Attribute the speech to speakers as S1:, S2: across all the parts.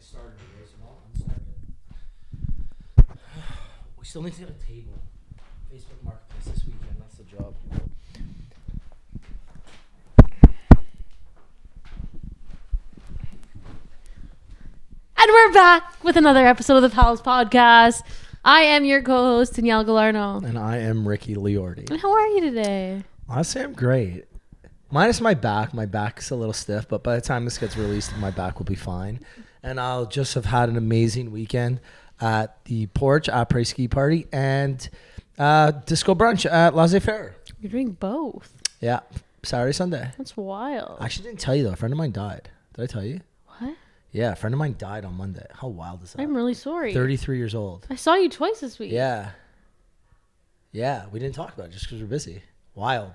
S1: started to raise them all. I'm sorry. We still need to get a table. Facebook Marketplace this weekend. That's the job.
S2: And we're back with another episode of the Pals Podcast. I am your co-host Danielle Galarno.
S3: And I am Ricky Liordi.
S2: And how are you today?
S3: Honestly, I'm great. Minus my back. My back's a little stiff, but by the time this gets released, my back will be fine. And I'll just have had an amazing weekend at the porch après ski party and uh, disco brunch at Laissez Faire.
S2: You're doing both.
S3: Yeah, Saturday, Sunday.
S2: That's wild.
S3: I actually didn't tell you though. A friend of mine died. Did I tell you?
S2: what?
S3: Yeah, a friend of mine died on Monday. How wild is that?
S2: I'm really sorry.
S3: 33 years old.
S2: I saw you twice this week.
S3: Yeah. Yeah, we didn't talk about it just because we're busy. Wild.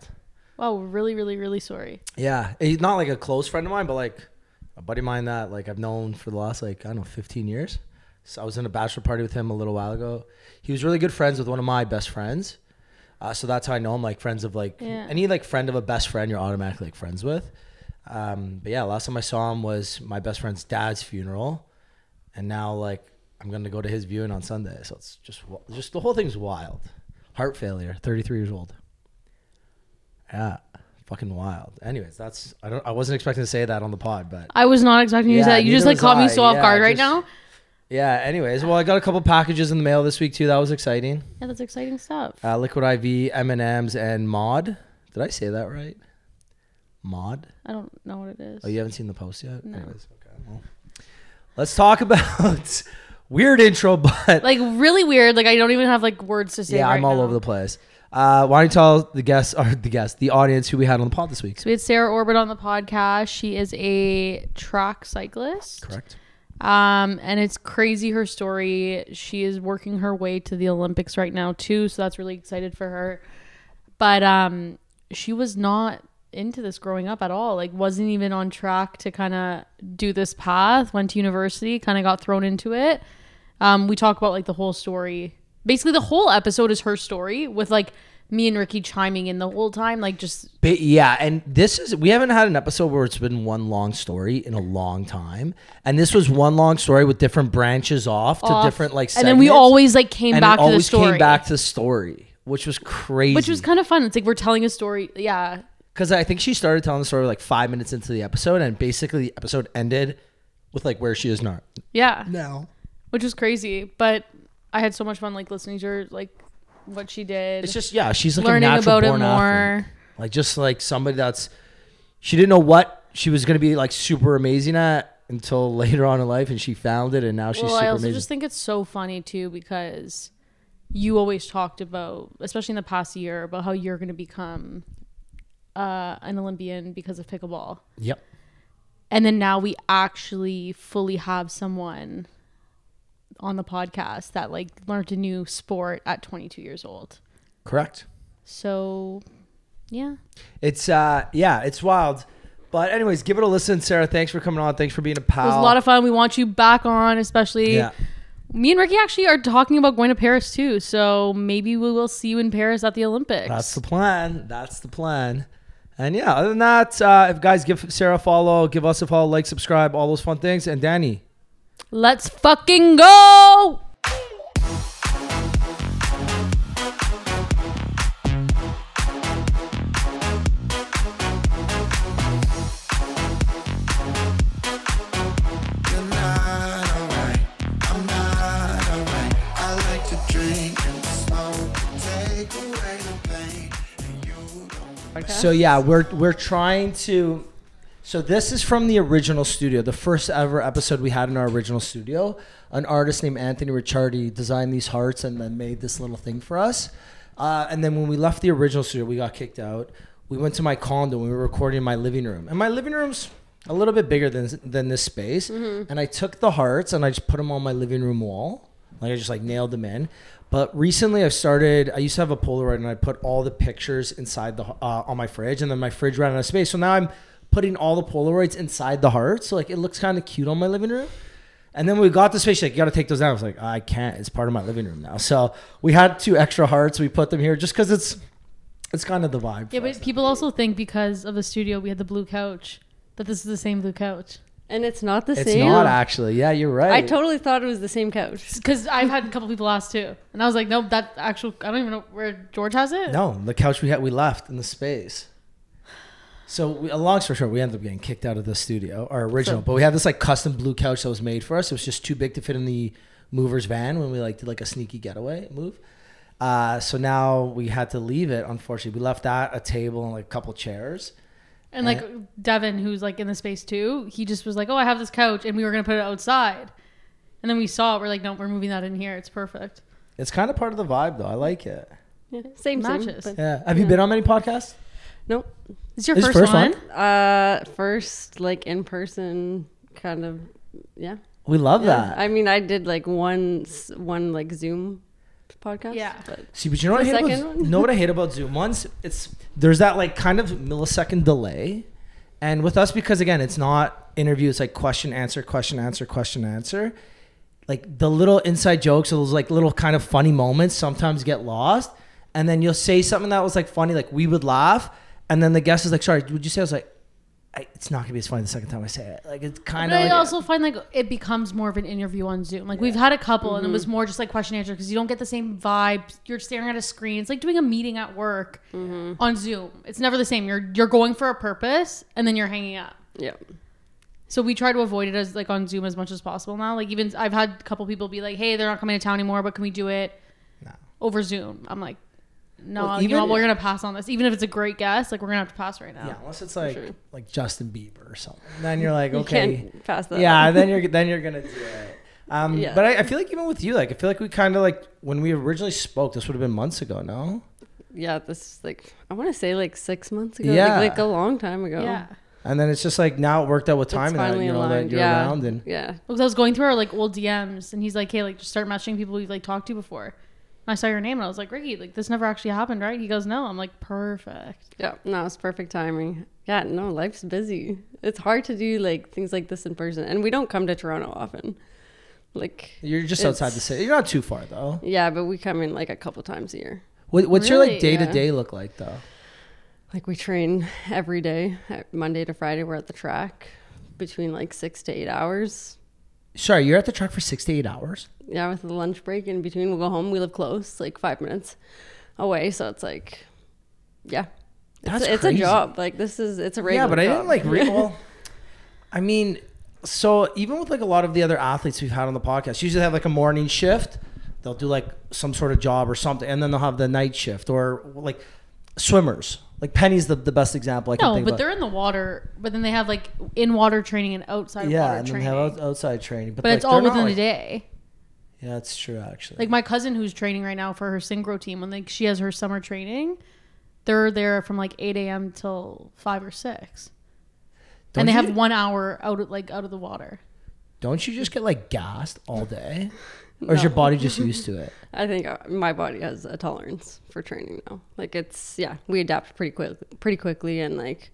S2: Wow, we're really, really, really sorry.
S3: Yeah, he's not like a close friend of mine, but like a buddy of mine that like I've known for the last like I don't know 15 years. So I was in a bachelor party with him a little while ago. He was really good friends with one of my best friends, uh, so that's how I know him. Like friends of like
S2: Yeah.
S3: any like friend of a best friend, you're automatically like friends with. Um, but yeah, last time I saw him was my best friend's dad's funeral, and now like I'm gonna go to his viewing on Sunday. So it's just wa- just the whole thing's wild. Heart failure, 33 years old. Yeah, fucking wild. Anyways, that's I don't I wasn't expecting to say that on the pod, but
S2: I was not expecting you to
S3: Yeah,
S2: say that. You just
S3: neither
S2: like
S3: was
S2: caught me
S3: I.
S2: so off
S3: Yeah,
S2: guard right
S3: just-
S2: now.
S3: yeah. Anyways, well, I got a couple packages in the mail this week too. That was exciting.
S2: Yeah, that's exciting stuff.
S3: Uh, Liquid IV, M and M's, and Mod. Did I say that right? Mod.
S2: I don't know what it is.
S3: Oh, you haven't seen the post yet.
S2: No.
S3: Anyways, okay. Well, let's talk about weird intro, but
S2: Like really weird. Like I don't even have like words to say.
S3: yeah, I'm
S2: right
S3: all
S2: now.
S3: over the place. Uh, why don't you tell the guests or the guests, the audience, who we had on the pod this week?
S2: So we had Sarah Orbit on the podcast. She is a track cyclist.
S3: Correct.
S2: Um, and it's crazy her story. She is working her way to the Olympics right now too, so that's really excited for her. But um, she was not into this growing up at all. Like wasn't even on track to kind of do this path. Went to university, kind of got thrown into it. Um, we talk about like the whole story. Basically, the whole episode is her story with like me and Ricky chiming in the whole time, like just
S3: But yeah, and this is we haven't had an episode where it's been one long story in a long time, and this was one long story with different branches off to
S2: off.
S3: different like.
S2: and then we
S3: segments,
S2: always like came
S3: and it
S2: back to the
S3: always
S2: story,
S3: came back to the story, which was crazy.
S2: which was kind of fun. It's like we're telling a story, yeah.
S3: because I think she started telling the story like five minutes into the episode, and basically the episode ended with like where she is not
S2: Yeah.
S3: now.
S2: Which was crazy, but I had so much fun like listening to her like what she did.
S3: It's just yeah, she's like
S2: learning
S3: a natural
S2: about it
S3: born
S2: more.
S3: athlete. like just like somebody that's she didn't know what she was gonna be like super amazing at until later on in life, and she found it, and now she's
S2: Well,
S3: super
S2: I also
S3: amazing.
S2: just think it's so funny too because you always talked about, especially in the past year, about how you're going to become uh, an Olympian because of pickleball.
S3: yep.
S2: And then now we actually fully have someone on the podcast that like learned a new sport at 22 years old.
S3: Correct.
S2: So, yeah.
S3: It's uh yeah, it's wild. But anyways, give it a listen, Sarah. Thanks for coming on. Thanks for being a pal.
S2: It was a lot of fun. We want you back on, especially
S3: Oh. yeah.
S2: Me and Ricky actually are talking about going to Paris too, so maybe we will see you in Paris at the Olympics.
S3: That's the plan. That's the plan. And yeah, other than that, uh, if guys give Sarah a follow, give us a follow, like, subscribe, all those fun things. And Danny,
S2: Let's fucking go!
S4: You're not alright. I'm not alright. I like to drink and smoke to take away the pain, and you don't.
S3: So yeah, we're we're trying to. So this is from the original studio, the first ever episode we had in our original studio. An artist named Anthony Ricciardi designed these hearts and then made this little thing for us. Uh, and then when we left the original studio, we got kicked out. We went to my condo. and We were recording in my living room, and my living room's a little bit bigger than than this space. And I took the hearts and I just put them on my living room wall. Like I just like nailed them in. But recently I've started. I used to have a Polaroid and I put all the pictures inside the uh, on my fridge, and then my fridge ran out of space. So now I'm putting all the Polaroids inside the heart. So like it looks kind of cute on my living room. And then we got the space. She's like, you got to take those down. I was like, I can't. It's part of my living room now. So we had two extra hearts. We put them here just because it's it's kind of the vibe.
S2: Yeah,
S3: for us.
S2: but people also think because of the studio we had the blue couch that this is the same blue couch.
S5: and it's not the
S3: It's
S5: same.
S3: not actually. Yeah, you're right.
S5: I totally thought it was the same couch.
S2: Because I've had a couple people ask too, and I was like, "Nope, that actual I don't even know where George has it."
S3: No, the couch we had, we left in the space. So, we, a long story short, we ended up getting kicked out of the studio, our original. But we had this like custom blue couch that was made for us. It was just too big to fit in the movers van when we like did like a sneaky getaway move. Uh, so now we had to leave it. Unfortunately, we left that a table and like a couple chairs.
S2: And like Devin, who's like in the space too, he just was like, "Oh, I have this couch," and we were gonna put it outside, and then we saw it. We're like, "No, we're moving that in here. It's perfect."
S3: It's kind of part of the vibe, though. I like it.
S5: Yeah, same
S2: Matches.
S5: Same, but
S3: Yeah. Have you been on many podcasts?
S5: nope.
S2: It's your
S3: It's
S2: first,
S3: first
S2: one.
S3: one.
S5: Uh, first like in person kind of. Yeah.
S3: We love
S5: yeah.
S3: that.
S5: I mean, I did like one s- one like Zoom podcast.
S2: Yeah.
S5: But
S3: See, but you know what I
S5: The
S3: hate about
S5: second one?
S3: know what I hate about Zoom. Once it's there's that like kind of millisecond delay, and with us because again it's not interview. It's like question answer question answer question answer. Like the little inside jokes, those like little kind of funny moments sometimes get lost, and then you'll say something that was like funny, like we would laugh, and then the guest is like, "Sorry, would you say?" I was like, I, "It's not gonna be as funny the second time I say it." Like it's kind
S2: But
S3: of
S2: I
S3: like,
S2: also find like it becomes more of an interview on Zoom. Like we've had a couple, and it
S3: Mm-hmm.
S2: was more just like question and answer because you don't get the same vibe. You're staring at a screen. It's like doing a meeting at work
S3: Mm-hmm.
S2: on Zoom. It's never the same. You're you're going for a purpose, and then you're hanging up.
S5: yeah.
S2: So we try to avoid it as like on Zoom as much as possible now. Like even I've had a couple people be like, "Hey, they're not coming to town anymore, but can we do it
S3: No.
S2: over Zoom?" I'm like, "No,
S3: Well,
S2: you know
S3: even-
S2: what? we're gonna pass on this, even if it's a great guest. Like we're gonna have to pass right now."
S3: yeah, unless it's like
S5: sure.
S3: like Justin Bieber or something, then you're like,
S5: You
S3: okay.
S5: can't pass that.
S3: yeah
S5: up.
S3: then you're then you're gonna do it um,
S5: Yeah.
S3: but I, I feel like even with you like i feel like we kind of like when we originally spoke this would have been months ago no
S5: yeah. This is like I want to say like six months ago.
S3: Yeah.
S5: Like, like a long time ago.
S2: Yeah,
S3: and then it's just like now it worked out with time
S5: It's
S3: and that,
S5: finally
S3: you know that
S5: aligned.
S3: you're
S5: yeah.
S3: around and
S5: yeah.
S2: because I was going through our like old DMs, and he's like, "Hey, like just start matching people we've like talked to before." And I saw your name, and I was like, "Ricky, like this never actually happened, right?" He goes, "No." I'm like, "Perfect."
S5: Yeah, no, it's perfect timing. Yeah, no, life's busy. It's hard to do like things like this in person, and we don't come to Toronto often. Like,
S3: you're just
S5: It's-
S3: outside the city you're not too far though
S5: yeah, but we come in like a couple times a year.
S3: what, what's your like
S2: Really?
S3: day-to-day look like though
S5: Like we train every day, Uh, Monday to Friday. We're at the track between like six to eight hours.
S3: sorry you're at the track for six to eight hours
S5: Yeah, with the lunch break in between, we'll go home. We live close, like five minutes away, so it's like, yeah,
S3: That's
S5: it's, it's a
S3: crazy.
S5: job. Like this is it's a regular.
S3: yeah but i
S5: job.
S3: didn't like re- well i mean so even with like a lot of the other athletes we've had on the podcast usually they have like a morning shift they'll do like some sort of job or something and then they'll have the night shift or like swimmers like penny's the, the best example i can
S2: No,
S3: think
S2: but
S3: about
S2: they're in the water, but then they have like in water training and outside
S3: yeah
S2: water
S3: and then
S2: training.
S3: have out- outside training but,
S2: but
S3: like,
S2: it's all
S3: they're not,
S2: within
S3: like-
S2: the day.
S3: yeah that's true actually
S2: Like my cousin who's training right now for her Syngro team, when like she has her summer training, they're there from like eight AM till five or 6
S3: Don't
S2: and they
S3: you-
S2: have one hour out of like out of the water.
S3: don't you just get like gassed all day or is your body just used to it
S5: I think uh, my body has a tolerance for training now. Like it's yeah, we adapt pretty quick, pretty quickly, and like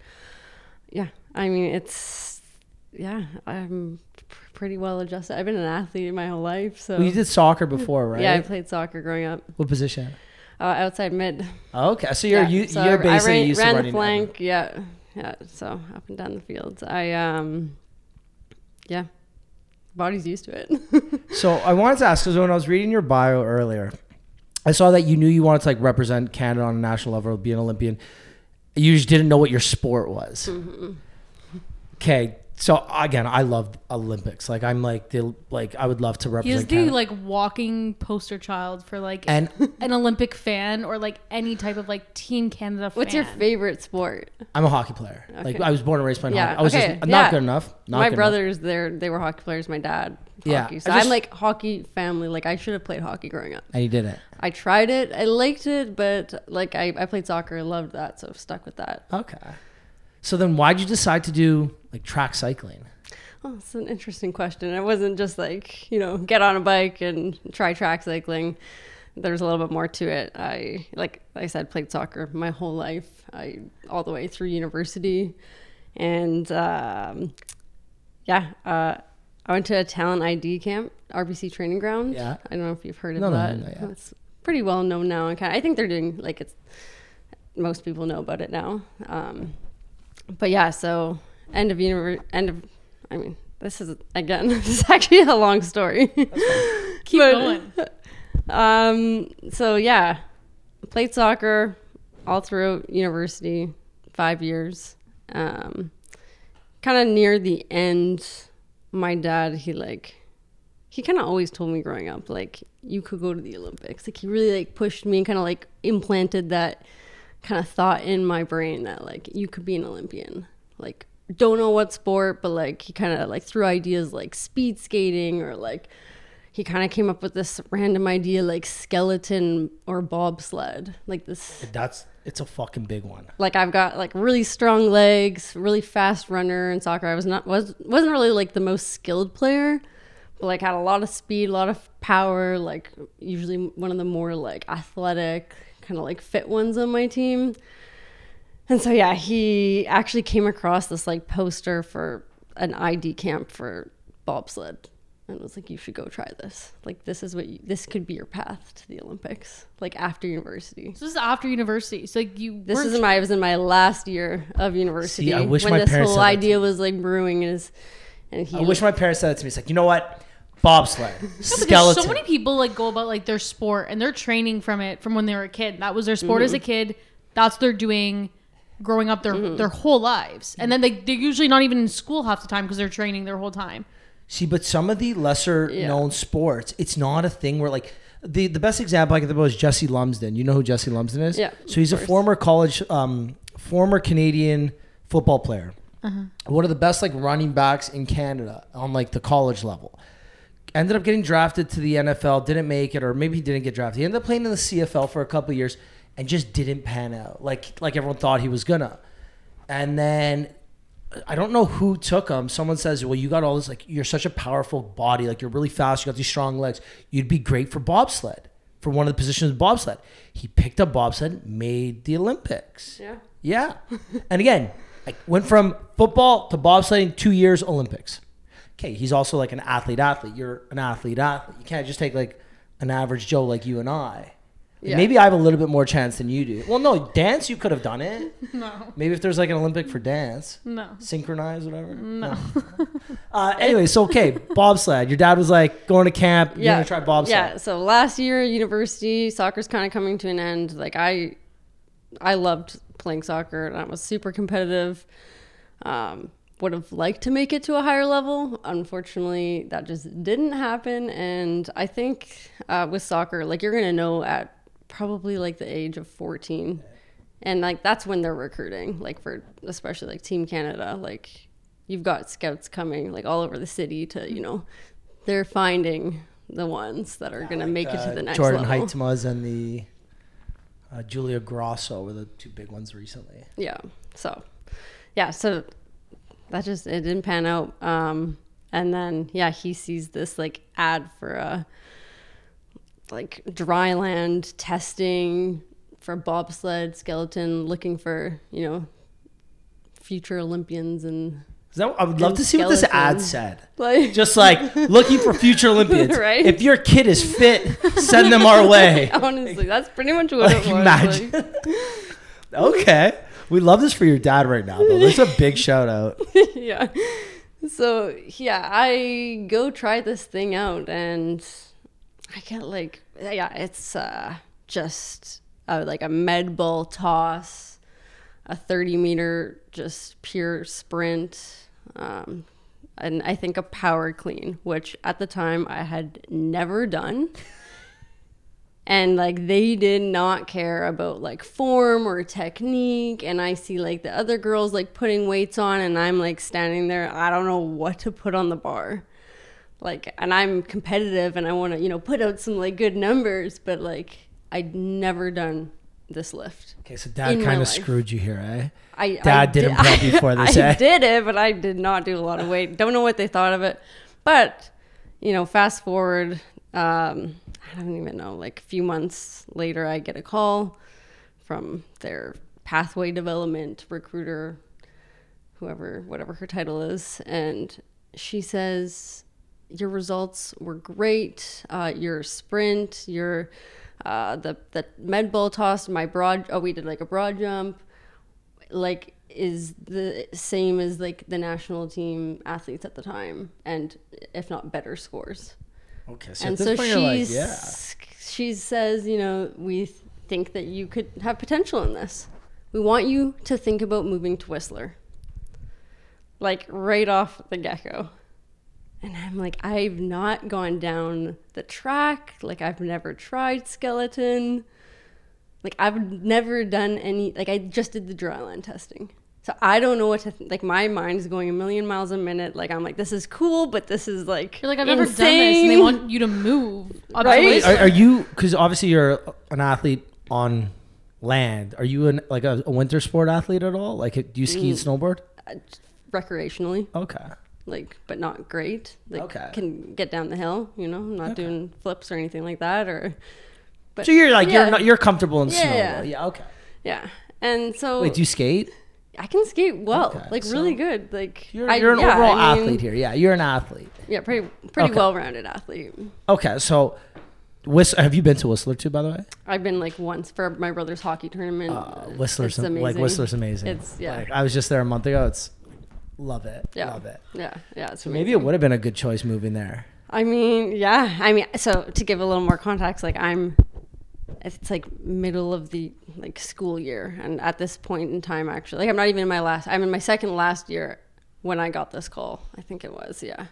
S5: yeah, I mean it's yeah, I'm pr- pretty well adjusted. I've been an athlete my whole life, so
S3: well, you did soccer before right
S5: yeah, I played soccer growing up
S3: what position
S5: uh, outside mid.
S3: okay so you're
S5: yeah.
S3: you,
S5: so
S3: you're
S5: I- I
S3: basically
S5: ran,
S3: used
S5: ran
S3: to
S5: the
S3: running
S5: flank, yeah, yeah. So up and down the fields, I um, yeah, body's used to it.
S3: So I wanted to ask because when I was reading your bio earlier, I saw that you knew you wanted to like represent Canada on a national level, be an Olympian. You just didn't know what your sport was.
S5: Mm-hmm.
S3: Okay, so again, I love Olympics. Like I'm like the like I would love to
S2: He is
S3: represent
S2: the
S3: Canada.
S2: like walking poster child for like
S3: and
S2: an Olympic fan or like any type of like Team Canada fan.
S5: What's your favorite sport?
S3: I'm a hockey player. Like
S5: Okay.
S3: I was born and raised playing
S5: Yeah,
S3: hockey. I was
S5: okay,
S3: just not
S5: yeah.
S3: good enough. Not
S5: my
S3: good
S5: brothers, they're they were hockey players. My dad,
S3: Yeah,
S5: hockey. So
S3: I just-
S5: I'm like hockey family. Like I should have played hockey growing up.
S3: enough. and you did it.
S5: I tried it. I liked it, but like I, I played soccer. I loved that, so I've stuck with that.
S3: Okay. So then, why'd you decide to do like track cycling?
S5: Oh, it's an interesting question. It wasn't just like you know get on a bike and try track cycling. There's a little bit more to it. I like I said, played soccer my whole life. I all the way through university, and um, yeah, uh, I went to a talent ID camp, RBC training ground.
S3: Yeah.
S5: I don't know if you've heard of
S3: No, no,
S5: that.
S3: no, no, yeah.
S5: It's pretty well known now, and kind of, I think they're doing like it's most people know about it now. Um, but yeah, so end of univer end of I mean this is again this is actually a long story.
S2: Keep
S5: But-
S2: going.
S5: Um. So yeah, played soccer all throughout university, five years. Um, kind of near the end, my dad he like he kind of always told me growing up like you could go to the Olympics. Like he really like pushed me and kind of like implanted that kind of thought in my brain that like you could be an Olympian. Like don't know what sport, but like he kind of like threw ideas like speed skating or like he kind of came up with this random idea like skeleton or bobsled like this
S3: That's it's a fucking big one.
S5: like i've got like really strong legs really fast runner in soccer i was not was wasn't really like the most skilled player but like had a lot of speed a lot of power like usually one of the more like athletic kind of like fit ones on my team and so yeah, he actually came across this like poster for an ID camp for bobsled and was like you should go try this. Like this is what you, this could be your path to the Olympics like after university.
S2: So this is after university. So like you
S5: This
S2: weren't-
S5: is my I was in my last year of university
S3: See, I wish
S5: when
S3: my
S5: this
S3: parents
S5: whole
S3: had that to
S5: idea was like brewing and his and he
S3: I wish my parents said that to me. It's like, you know what? Bobsled,
S2: Because
S3: skeleton.
S2: So many people like go about like their sport and they're training from it from when they were a kid. That was their sport as a
S5: Mm-hmm.
S2: kid. That's what they're doing growing up their their whole lives. And then they they're usually not even in school half the time because they're training their whole time.
S3: See, but some of the lesser known sports, it's not a thing where like the, the best example I can think of is Jesse Lumsden. You know who Jesse Lumsden is?
S5: Yeah,
S3: So he's a
S5: of course.
S3: former college, um, former Canadian football player.
S5: Uh-huh.
S3: One of the best like running backs in Canada on like the college level. Ended up getting drafted to the NFL, didn't make it, or maybe he didn't get drafted. He ended up playing in the CFL for a couple of years and just didn't pan out like like everyone thought he was gonna. And then I don't know who took him. Someone says, "Well, you got all this. Like, you're such a powerful body. Like, you're really fast. You got these strong legs. You'd be great for bobsled, for one of the positions in bobsled." He picked up bobsled, made the Olympics.
S5: Yeah.
S3: Yeah. and again, like went from football to bobsledding, two years Olympics. Okay, he's also like an athlete athlete. You're an athlete athlete. You can't just take like an average Joe like you and I. Like,
S5: Yeah.
S3: Maybe I have a little bit more chance than you do. Well, no, dance you could have done it.
S2: No.
S3: Maybe if there's like an Olympic for dance
S2: No.
S3: synchronize whatever no uh anyway so okay bobsled your dad was like going to camp you're gonna try
S5: Yeah.
S3: bobsled
S5: So last year, at university soccer's kind of coming to an end. Like I, I loved playing soccer, and I was super competitive. Um, would have liked to make it to a higher level. Unfortunately, that just didn't happen. And I think uh, with soccer, like you're gonna know at probably like the age of 14, and like that's when they're recruiting. Like for especially like Team Canada, like you've got scouts coming like all over the city to you know they're finding the ones that are going to make it to
S3: Uh,
S5: the next
S3: jordan
S5: level.
S3: Heitmaz and the uh, julia grosso were the two big ones recently
S5: Yeah. So, yeah. So that just it didn't pan out. Um, and then yeah, he sees this like ad for a like dry land testing for bobsled skeleton, looking for you know future Olympians and
S3: Is that- i would love to see what this ad
S5: skeleton.
S3: said
S5: like
S3: just like looking for future olympians
S5: Right?
S3: if your kid is fit send them our way
S5: honestly, that's pretty much what
S3: Like,
S5: it was.
S3: imagine.
S5: like,
S3: okay we love this for your dad right now though that's a big shout out
S5: yeah. So yeah, I go try this thing out, and I get like yeah, it's uh, just uh, like a med ball toss, a thirty meter just pure sprint, um, and I think a power clean, which at the time I had never done. and like they did not care about like form or technique and i see like the other girls like putting weights on and i'm like standing there i don't know what to put on the bar like and i'm competitive and i want to you know put out some like good numbers but like i'd never done this lift
S3: okay so dad
S5: In my
S3: kind of
S5: life.
S3: screwed you here eh
S5: I,
S3: Dad
S5: I
S3: didn't prep you for this,
S5: I
S3: eh?
S5: did it, but I did not do a lot of weight. Don't know what they thought of it, but you know, fast forward. Um, I don't even know. Like a few months later, I get a call from their pathway development recruiter, whoever, whatever her title is, and she says, "Your results were great. Uh, your sprint, your uh, the the med ball toss, my broad. Oh, we did like a broad jump." like is the same as like the national team athletes at the time, and if not better scores.
S3: Okay,
S5: and so she she says, you know, we th- think that you could have potential in this. We want you to think about moving to Whistler, like right off the get-go. And I'm like, I've not gone down the track. Like I've never tried skeleton. Like I've never done any. Like I just did the dry line testing. So I don't know what to th- like. My mind is going a million miles a minute. Like I'm like, this is cool, but this is like
S2: You're like, I've never done this, and they
S5: insane."
S2: want you to move. up to
S5: Right?
S2: Whistler.
S3: Are, are you? Because obviously you're an athlete on land. Are you an like a, a winter sport athlete at all? Like, do you ski and snowboard?
S5: Uh, recreationally.
S3: Okay.
S5: like but not great like
S3: Okay.
S5: can get down the hill you know I'm not doing flips or anything like that or but
S3: So you're like
S5: yeah,
S3: you're not you're comfortable in
S5: Yeah,
S3: snow.
S5: yeah.
S3: though. yeah. Okay.
S5: yeah and so
S3: Wait, do you skate?
S5: i can skate well
S3: Okay,
S5: like
S3: so
S5: really good like
S3: You're,
S5: I-
S3: you're an
S5: yeah,
S3: overall
S5: I mean,
S3: athlete here. Yeah, you're an athlete.
S5: yeah pretty pretty
S3: Okay.
S5: well-rounded athlete
S3: Okay, so Whistler, have you been to Whistler too, by the way?
S5: i've been like once for my brother's hockey tournament
S3: Uh, Whistler's
S5: It's amazing.
S3: like Whistler's amazing.
S5: It's- yeah.
S3: Like, I was just there a month ago. It's love it.
S5: yeah
S3: Love it.
S5: yeah yeah it's
S3: Maybe
S5: amazing.
S3: it would have been a good choice moving there.
S5: I mean, yeah. I mean, so to give a little more context, like I'm, it's like middle of the like school year, and at this point in time, actually, like I'm not even in my last. I'm in my second last year when I got this call. I think it was, yeah.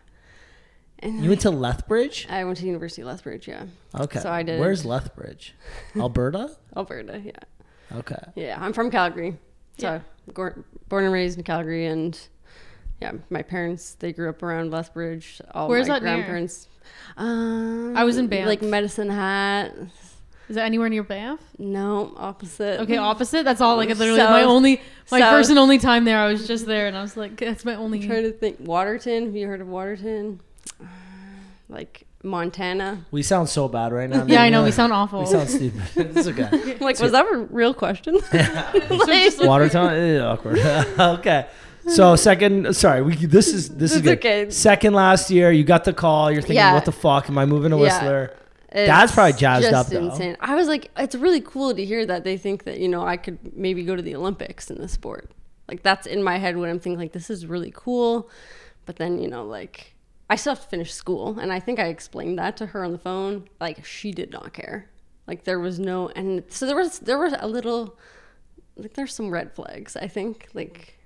S5: And
S3: You went to Lethbridge?
S5: I went to University of Lethbridge, yeah,
S3: Okay.
S5: So I did-
S3: Where's Lethbridge? Alberta?
S5: Alberta, yeah,
S3: Okay.
S5: yeah. I'm from Calgary, so gor born and raised in Calgary, and yeah, my parents they grew up around Lethbridge. All
S2: Where's
S5: my
S2: that near?
S5: grandparents. Um,
S2: I was in Banff.
S5: like Medicine Hat.
S2: Is that anywhere near Banff?
S5: No, opposite.
S2: Okay, opposite. That's all. Like literally, my
S5: South-
S2: only, my
S5: south.
S2: first and only time there. I was just there, and I was like, that's my only.
S5: I'm trying to think. Waterton. Have you heard of Waterton? Like Montana.
S3: We sound so bad right now.
S2: yeah, I know.
S3: Maybe
S2: We sound awful.
S3: we sound stupid. it's okay.
S5: I'm like, was that a real question?
S2: just like-
S3: Watertown? Eh, awkward. okay. So second, sorry, we, this is this is
S5: It's
S3: good.
S5: okay.
S3: Second last year, you got the call. You're thinking,
S5: Yeah.
S3: what the fuck? Am I moving to
S5: Yeah.
S3: Whistler? Dad's probably
S5: It's
S3: jazzed
S5: just
S3: up, though.
S5: Insane. I was like, it's really cool to hear that they think that you know I could maybe go to the Olympics in the sport. Like that's in my head when I'm thinking like this is really cool, but then you know like I still have to finish school, and I think I explained that to her on the phone. Like she did not care. Like there was no, and so there was there was a little like there's some red flags. I think like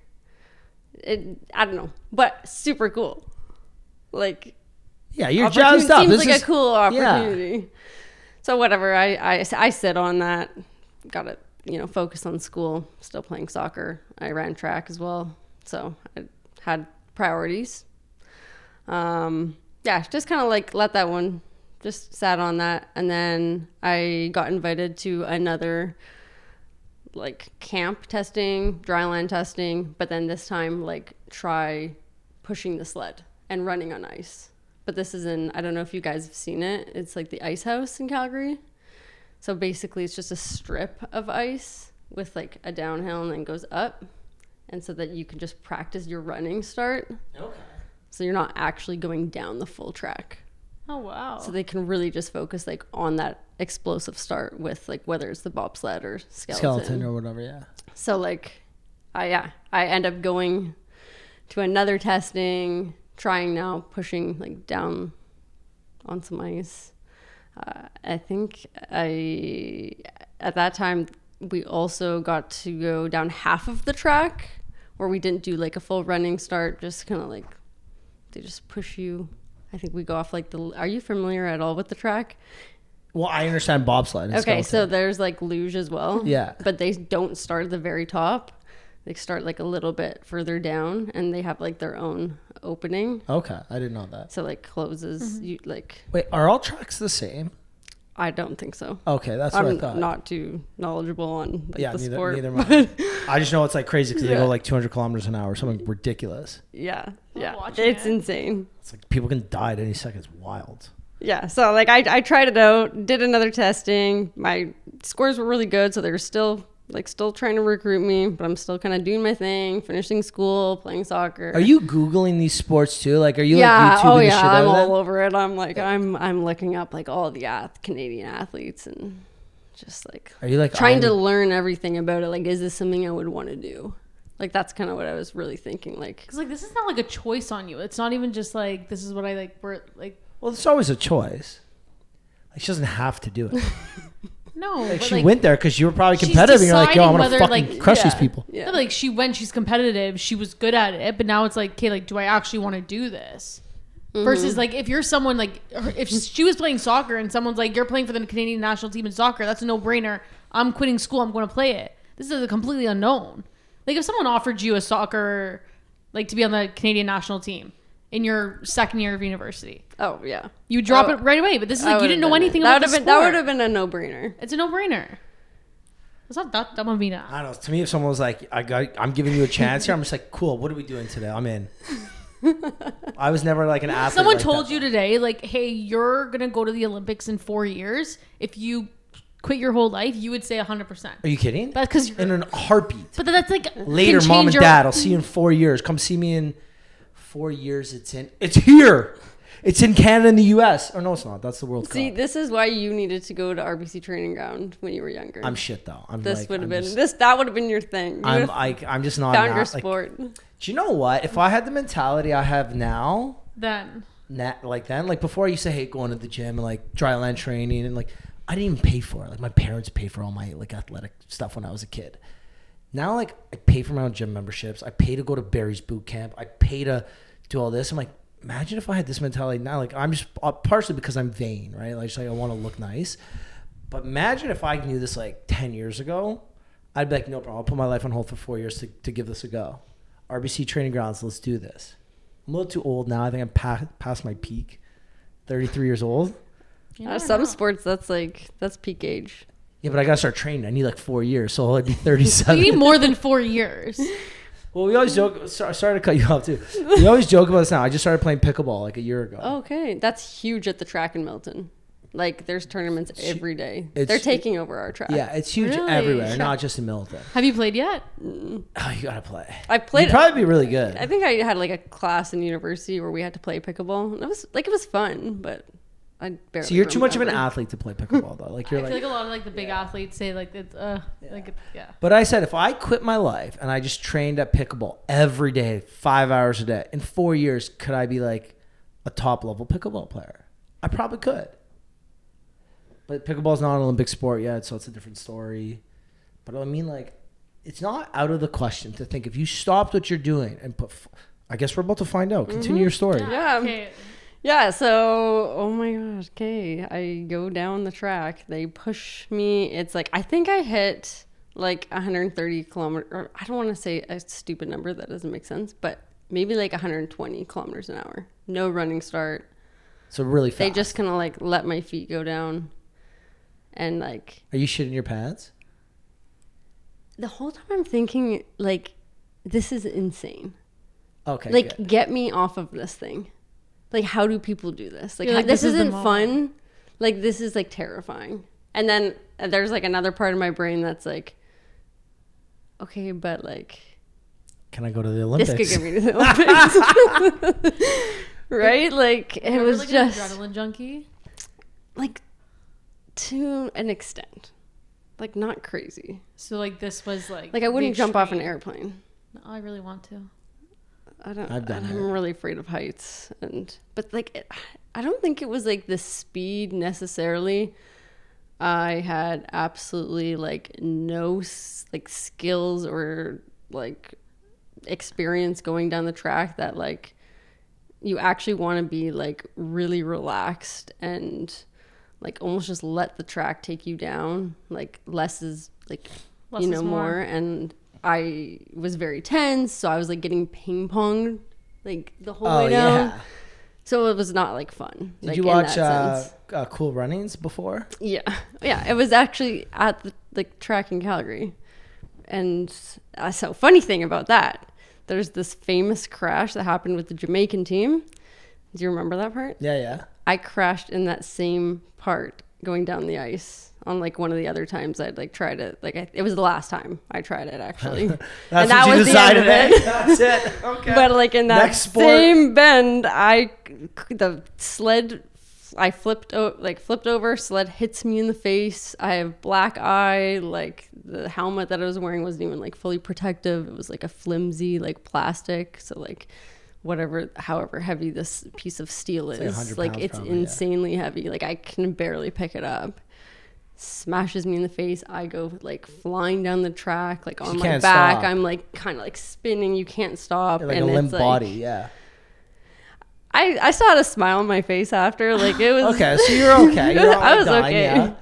S5: it I don't know, but super cool. Like
S3: Yeah, you're
S5: opportunity-
S3: jazzed up.
S5: Seems
S3: This
S5: like
S3: is
S5: a cool
S3: yeah.
S5: opportunity. So whatever, I, I I sit on that. Got to you know focus on school. Still playing soccer. I ran track as well, so I had priorities. Um, yeah, just kind of like let that one. Just sat on that, and then I got invited to another like camp testing, dry land testing, but then this time like try pushing the sled and running on ice. But this is in I don't know if you guys have seen it. It's like the ice house in Calgary. So basically it's just a strip of ice with like a downhill and then goes up. And so that you can just practice your running start. Okay. So you're not actually going down the full track
S2: Oh wow.
S5: so they can really just focus like on that explosive start with like whether it's the bobsled or skeleton.
S3: skeleton or whatever. Yeah.
S5: So like, I yeah, I end up going to another testing, trying now pushing like down on some ice. Uh, I think I at that time we also got to go down half of the track where we didn't do like a full running start, just kind of like they just push you. I think we go off like the. Are you familiar at all with the track?
S3: Well, I understand bobsled. And
S5: Okay,
S3: skeleton.
S5: so there's like luge as well.
S3: Yeah.
S5: But they don't start at the very top. They start like a little bit further down and they have like their own opening.
S3: okay, I didn't know that.
S5: So like closes
S2: Mm-hmm.
S5: you like
S3: Wait, are all tracks the same?
S5: I don't think so.
S3: Okay, that's what I
S5: I'm
S3: thought.
S5: not too knowledgeable on like,
S3: yeah,
S5: the
S3: neither,
S5: sport.
S3: neither am
S5: but-
S3: I. I just know it's like crazy because they
S5: Yeah.
S3: go like 200 kilometers an hour, something ridiculous.
S5: yeah. Yeah.
S2: watching
S5: It's
S2: it.
S5: insane.
S3: It's like people can die at any second. It's wild.
S5: Yeah, so like I, I tried it out, did another testing. My scores were really good, so they were still like still trying to recruit me, but I'm still kind of doing my thing, finishing school, playing soccer.
S3: Are you googling these sports too? Like, are you like YouTubing
S5: oh
S3: the
S5: yeah,
S3: shit out
S5: I'm
S3: of them?
S5: all over it. I'm like, I'm I'm looking up like all the ath- Canadian athletes and just like
S3: Are you like
S5: trying to
S3: Ollie?
S5: learn everything about it. Like, is this something I would want to do? Like, that's kind of what I was really thinking. Like,
S2: Because like this is not like a choice on you. It's not even just like this is what I like. We're like
S3: Well, it's always a choice. Like she doesn't have to do it.
S2: no.
S3: Like
S2: but,
S3: she
S2: like,
S3: went there because you were probably
S2: she's
S3: competitive. and You're like, yo, I'm
S2: deciding
S3: gonna
S2: whether,
S3: fucking
S2: like-
S3: crush these
S5: yeah,
S3: people.
S5: Yeah.
S2: No, but, like she when she's competitive, she was good at it. But now it's like, okay, like do I actually want to do this?
S5: Mm-hmm.
S2: Versus like if you're someone like her- if she was playing soccer and someone's like you're playing for the Canadian national team in soccer, that's a no brainer. I'm quitting school. I'm going to play it. This is a completely unknown. Like if someone offered you a soccer, like to be on the Canadian national team in your second year of university,
S5: oh yeah.
S2: you drop
S5: Oh,
S2: it right away. But this is
S5: I
S2: like you
S5: would've
S2: didn't know
S5: done it.
S2: anything about
S5: That would've
S2: the
S5: been that
S2: sport.
S5: would have been a no brainer.
S2: It's a no brainer. It's not that dumb of me to ask.
S3: I don't know. To me, if someone was like, I got, I'm giving you a chance here, I'm just like, cool. What are we doing today? I'm in. I was never like an athlete.
S2: Someone
S3: like
S2: told
S3: that.
S2: you today, like, hey, you're gonna go to the Olympics in four years. If you quit your whole life, you would say 100. percent
S3: Are you kidding?
S2: That's because you're.
S3: in a heartbeat.
S2: but that's like
S3: Later,
S2: can
S3: mom
S2: change
S3: and
S2: your-
S3: dad, I'll see you in four years. Come see me in four years. It's in. It's here. It's in Canada and the U.S. Or no, it's not. That's the World
S5: See,
S3: Cup.
S5: this is why you needed to go to RBC training ground when you were younger.
S3: I'm shit though. I'm
S5: this
S3: like,
S5: would
S3: I'm
S5: have been
S3: just-
S5: this that would have been your thing. You
S3: I'm
S5: would've
S3: like I'm just not.
S5: found
S3: an
S5: your
S3: ath- like,
S5: sport.
S3: do you know what? If I had the mentality I have now,
S2: Then
S3: na like then, like before I used to hate going to the gym and like dry land training and like I didn't even pay for it. Like my parents paid for all my like athletic stuff when I was a kid. Now like I pay for my own gym memberships. I pay to go to Barry's boot camp. I pay to do all this. I'm like, imagine if I had this mentality now. Like I'm just uh, partially because I'm vain, right? Like just like I want to look nice. But imagine if I knew this like ten years ago, I'd be like, no problem. I'll put my life on hold for four years to, to give this a go. RBC training grounds. Let's do this. I'm a little too old now. I think I'm pa- past my peak. 33 years old.
S2: you
S5: Uh,
S2: never
S5: some
S2: know.
S5: sports that's like that's peak age.
S3: Yeah, but I gotta start training. I need like four years, so I'll be
S2: You need
S3: 37.
S2: more than four years.
S3: well, we always joke. Sorry, sorry to cut you off too. We always joke about this now. I just started playing pickleball like a year ago.
S2: Oh,
S5: Okay, that's huge at the track in Milton. Like there's tournaments
S3: It's hu-
S5: every day.
S3: it's
S5: They're
S3: hu-
S5: taking over our track.
S3: Yeah, it's huge
S2: Really?
S3: everywhere, not just in Milton.
S2: Have you played yet?
S3: Oh, you gotta play.
S5: I
S3: You'd
S5: played.
S3: probably be really good.
S5: I think I had like a class in university where we had to play pickleball. And it was like it was fun, but I barely.
S3: so you're too much of an
S5: remember.
S3: athlete to play pickleball though. Like
S2: I
S3: you're
S2: feel
S3: like.
S2: like a lot of like the big athletes say like it's uh like it's, yeah.
S3: But I said if I quit my life and I just trained at pickleball every day, five hours a day, in four years, could I be like a top level pickleball player? I probably could. But pickleball's not an Olympic sport yet, so it's a different story. But I mean, like, it's not out of the question to think if you stopped what you're doing and put. F- I guess we're about to find out. Continue your story.
S5: Mm-hmm. Yeah.
S2: Ah,
S5: um,
S2: Okay.
S5: Yeah, so oh my gosh, okay. I go down the track. They push me. It's like I think I hit like 130 kilometer. Or I don't want to say a stupid number that doesn't make sense, but maybe like 120 kilometers an hour. No running start.
S3: So really fast.
S5: They just kind of like let my feet go down, and like
S3: Are you shitting your pants?
S5: the whole time I'm thinking like this is insane.
S3: Okay.
S5: like
S3: good.
S5: get me off of this thing like how do people do this like,
S2: You're
S5: how-
S2: like,
S5: this,
S2: this is the
S5: isn't
S2: moment.
S5: fun like this is like terrifying and then uh, there's like another part of my brain that's like okay but like
S3: Can I go to the
S5: this
S3: Olympics?
S5: could get me to the Olympics right like it
S2: You're,
S5: was
S2: like
S5: just
S2: an adrenaline junkie.
S5: like to an extent like not crazy
S2: So like this was like
S5: like i wouldn't
S2: the
S5: jump off an
S2: extreme.
S5: airplane
S2: No, I really want to.
S5: I don't.
S3: I've
S5: I've
S3: done
S5: I'm
S3: it.
S5: really afraid of heights, and but like, it, I don't think it was like the speed necessarily. I had absolutely like no s- like skills or like experience going down the track that like you actually want to be like really relaxed and like almost just let the track take you down. Like less is like
S2: Less
S5: you
S2: is
S5: know more.
S2: more.
S5: and I was very tense, so I was like getting ping ponged like the whole
S3: Oh
S5: way down.
S3: yeah.
S5: So it was not like fun.
S3: Did
S5: like,
S3: you
S5: in that
S3: watch uh,
S5: sense.
S3: uh, Cool Runnings before?
S5: Yeah, yeah. It was actually at the like track in Calgary, and uh, so funny thing about that, there's this famous crash that happened with the Jamaican team. Do you remember that part?
S3: Yeah, yeah.
S5: I crashed in that same part going down the ice on like one of the other times I'd like tried it. Like I, it was the last time I tried it actually. That's
S3: That's what you decided. eh? That's it. Okay.
S5: But like in that
S3: Next sport.
S5: same bend, I the sled I flipped o- like flipped over. Sled hits me in the face. I have black eye. Like the helmet that I was wearing wasn't even like fully protective. It was like a flimsy like plastic. So like whatever, however heavy this piece of steel
S3: like
S5: is,
S3: 100
S5: like,
S3: pounds
S5: it's
S3: probably, yeah.
S5: insanely heavy. Like I can barely pick it up. Smashes me in the face. I go like flying down the track, like on my
S3: can't
S5: back.
S3: stop.
S5: I'm like kind of like spinning. You can't stop.
S3: Like a
S5: and
S3: limp
S5: it's, like-
S3: body, yeah.
S5: I, I still had a smile on my face after. Like it was
S3: Okay, so you're okay. You're not,
S5: I
S3: like,
S5: was
S3: dying,
S5: okay.
S3: Yeah.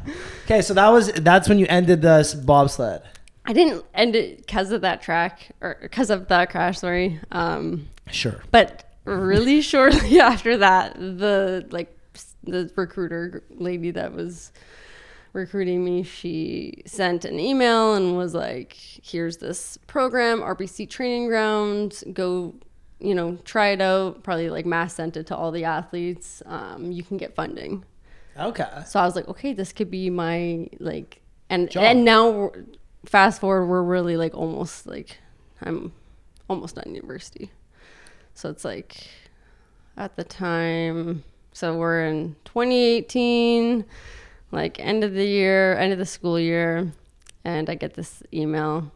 S3: Okay, so that was that's when you ended the s- bobsled.
S5: I didn't end it because of that track or because of that crash. Sorry. Um,
S3: Sure.
S5: but really shortly after that, the like s- the recruiter lady that was recruiting me, she sent an email and was like, "Here's this program, RBC Training Ground. Go, you know, try it out. Probably like mass sent it to all the athletes. Um, you can get funding."
S3: Okay.
S5: So I was like, okay, this could be my like, and
S3: Job.
S5: and now we're- fast forward, we're really like almost like I'm almost done university. So it's like at the time, so we're in 2018, like end of the year, end of the school year, and I get this email,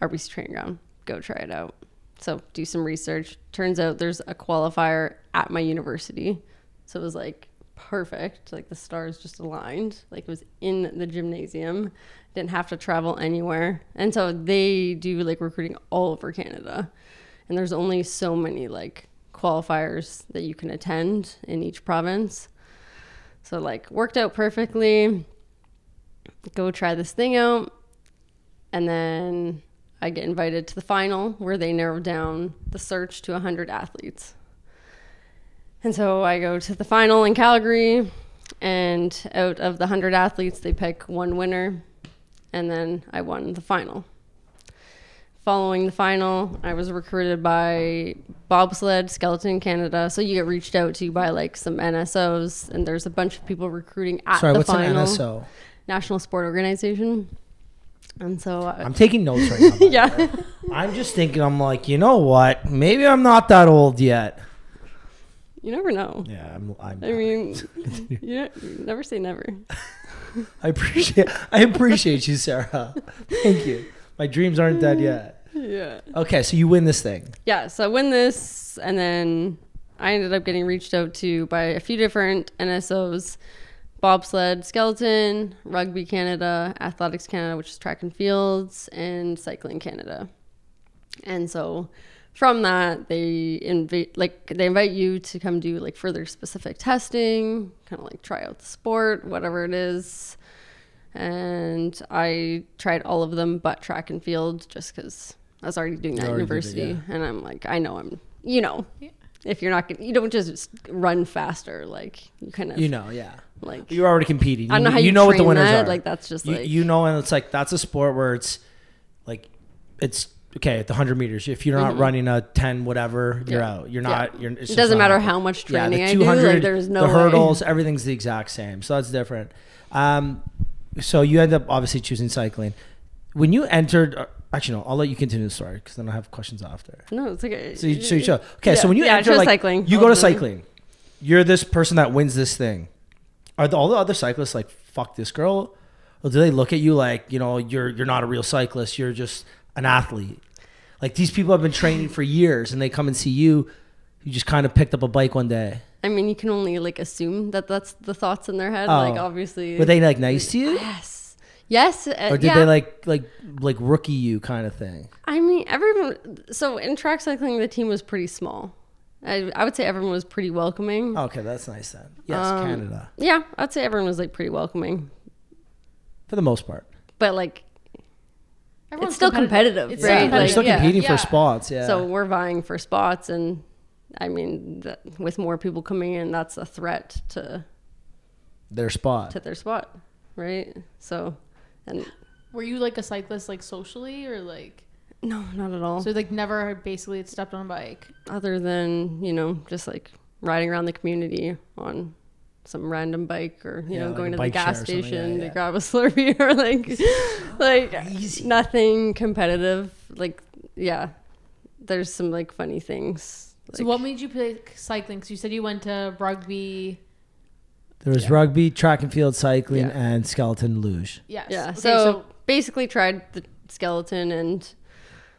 S5: Arby's training ground, go try it out. So do some research. Turns out there's a qualifier at my university. So it was like perfect. Like the stars just aligned. Like it was in the gymnasium. Didn't have to travel anywhere. And so they do like recruiting all over Canada. And there's only so many like qualifiers that you can attend in each province. So like worked out perfectly. Go try this thing out. And then I get invited to the final where they narrow down the search to 100 athletes. And so I go to the final in Calgary, and out of the 100 athletes, they pick one winner, and then I won the final. Following the final, I was recruited by Bobsled Skeleton Canada. So you get reached out to by like some NSOs, and there's a bunch of people recruiting at
S3: Sorry,
S5: the
S3: what's
S5: final.
S3: an NSO?
S5: National Sport Organization. And so, I-
S3: I'm taking notes right now. by the way.
S5: yeah,
S3: I'm just thinking. I'm like, you know what? Maybe I'm not that old yet.
S5: you never know.
S3: Yeah, I'm. I'm
S5: I mean, you, you never say never.
S3: I appreciate. I appreciate you, Sarah. Thank you. My dreams aren't dead yet.
S5: Yeah.
S3: Okay, so you win this thing.
S5: Yeah. So I win this, and then I ended up getting reached out to by a few different NSOs bobsled, skeleton, rugby Canada, athletics Canada, which is track and fields, and cycling Canada. And so from that, they invite like they invite you to come do like further specific testing, kind of like try out the sport, whatever it is. And I tried all of them but track and field just because I was already doing that at
S3: already did it,
S5: university. And I'm like, I know I'm, you know, if you're not gonna, you don't just run faster. Like you kind of,
S3: You know, yeah.
S5: like
S3: You're already competing. You,
S5: I don't know how you,
S3: you know what the
S5: train
S3: winners
S5: that.
S3: are.
S5: Like that's just
S3: you,
S5: like
S3: you know, and it's like that's a sport where it's like it's okay at the hundred meters. If you're not running a ten, whatever, you're
S5: Mm-hmm. Yeah.
S3: out. You're
S5: Yeah.
S3: not. You're, it's
S5: it
S3: just
S5: doesn't
S3: not
S5: matter
S3: happening.
S5: how much
S3: Yeah, the
S5: training I do.
S3: two
S5: Like
S3: hundred.
S5: there's no
S3: the
S5: way.
S3: hurdles. Everything's the exact same, so that's different. Um, so you end up obviously choosing cycling. When you entered, uh, actually no, I'll let you continue the story because then I have questions after.
S5: No, it's okay.
S3: So you, so you show okay. So
S5: Yeah.
S3: when you
S5: Yeah, I
S3: enter,
S5: chose
S3: like
S5: cycling. Mm-hmm.
S3: you go to
S5: Ultimately.
S3: cycling, you're this person that wins this thing. Are the, all the other cyclists like fuck this girl? Or do they look at you like you know you're you're not a real cyclist? You're just an athlete. Like these people have been training for years, and they come and see you. You just kind of picked up a bike one day.
S5: I mean, you can only like assume that that's the thoughts in their head.
S3: Oh.
S5: Like obviously,
S3: Were they like nice to you,
S5: yes, yes, uh,
S3: or did
S5: yeah.
S3: they like like like rookie you kind of thing?
S5: I mean, everyone. So in track cycling, the team was pretty small. I, I would say everyone was pretty welcoming.
S3: Okay, that's nice then. Yes,
S5: Um,
S3: Canada
S5: Yeah, I'd say everyone was like pretty welcoming,
S3: for the most part.
S5: but like
S2: Everyone's
S5: it's still competitive,
S2: It's
S5: right?
S2: competitive.
S3: They're
S5: Like,
S3: still
S5: yeah.
S3: competing for
S2: yeah.
S3: spots. Yeah.
S5: So we're vying for spots, and I mean, th- with more people coming in, that's a threat to
S3: their spot.
S5: to their spot, right? So, and
S2: Were you like a cyclist, like socially, or like
S5: no, not at all.
S2: so like never basically had stepped on a bike?
S5: Other than you know, just like riding around the community on some random bike, or you
S3: Yeah,
S5: know,
S3: like
S5: going
S3: a
S5: to the
S3: bike
S5: gas
S3: share or something,
S5: station
S3: yeah, yeah.
S5: to grab a Slurpee, or like, like nothing competitive. Like, yeah, there's some like funny things.
S2: so
S5: like-
S2: what made you pick cycling? Because you said you went to rugby.
S3: There was rugby, track and field, cycling,
S5: Yeah.
S3: and skeleton luge.
S2: Yes.
S5: Yeah.
S2: Okay,
S5: so, basically, tried the skeleton and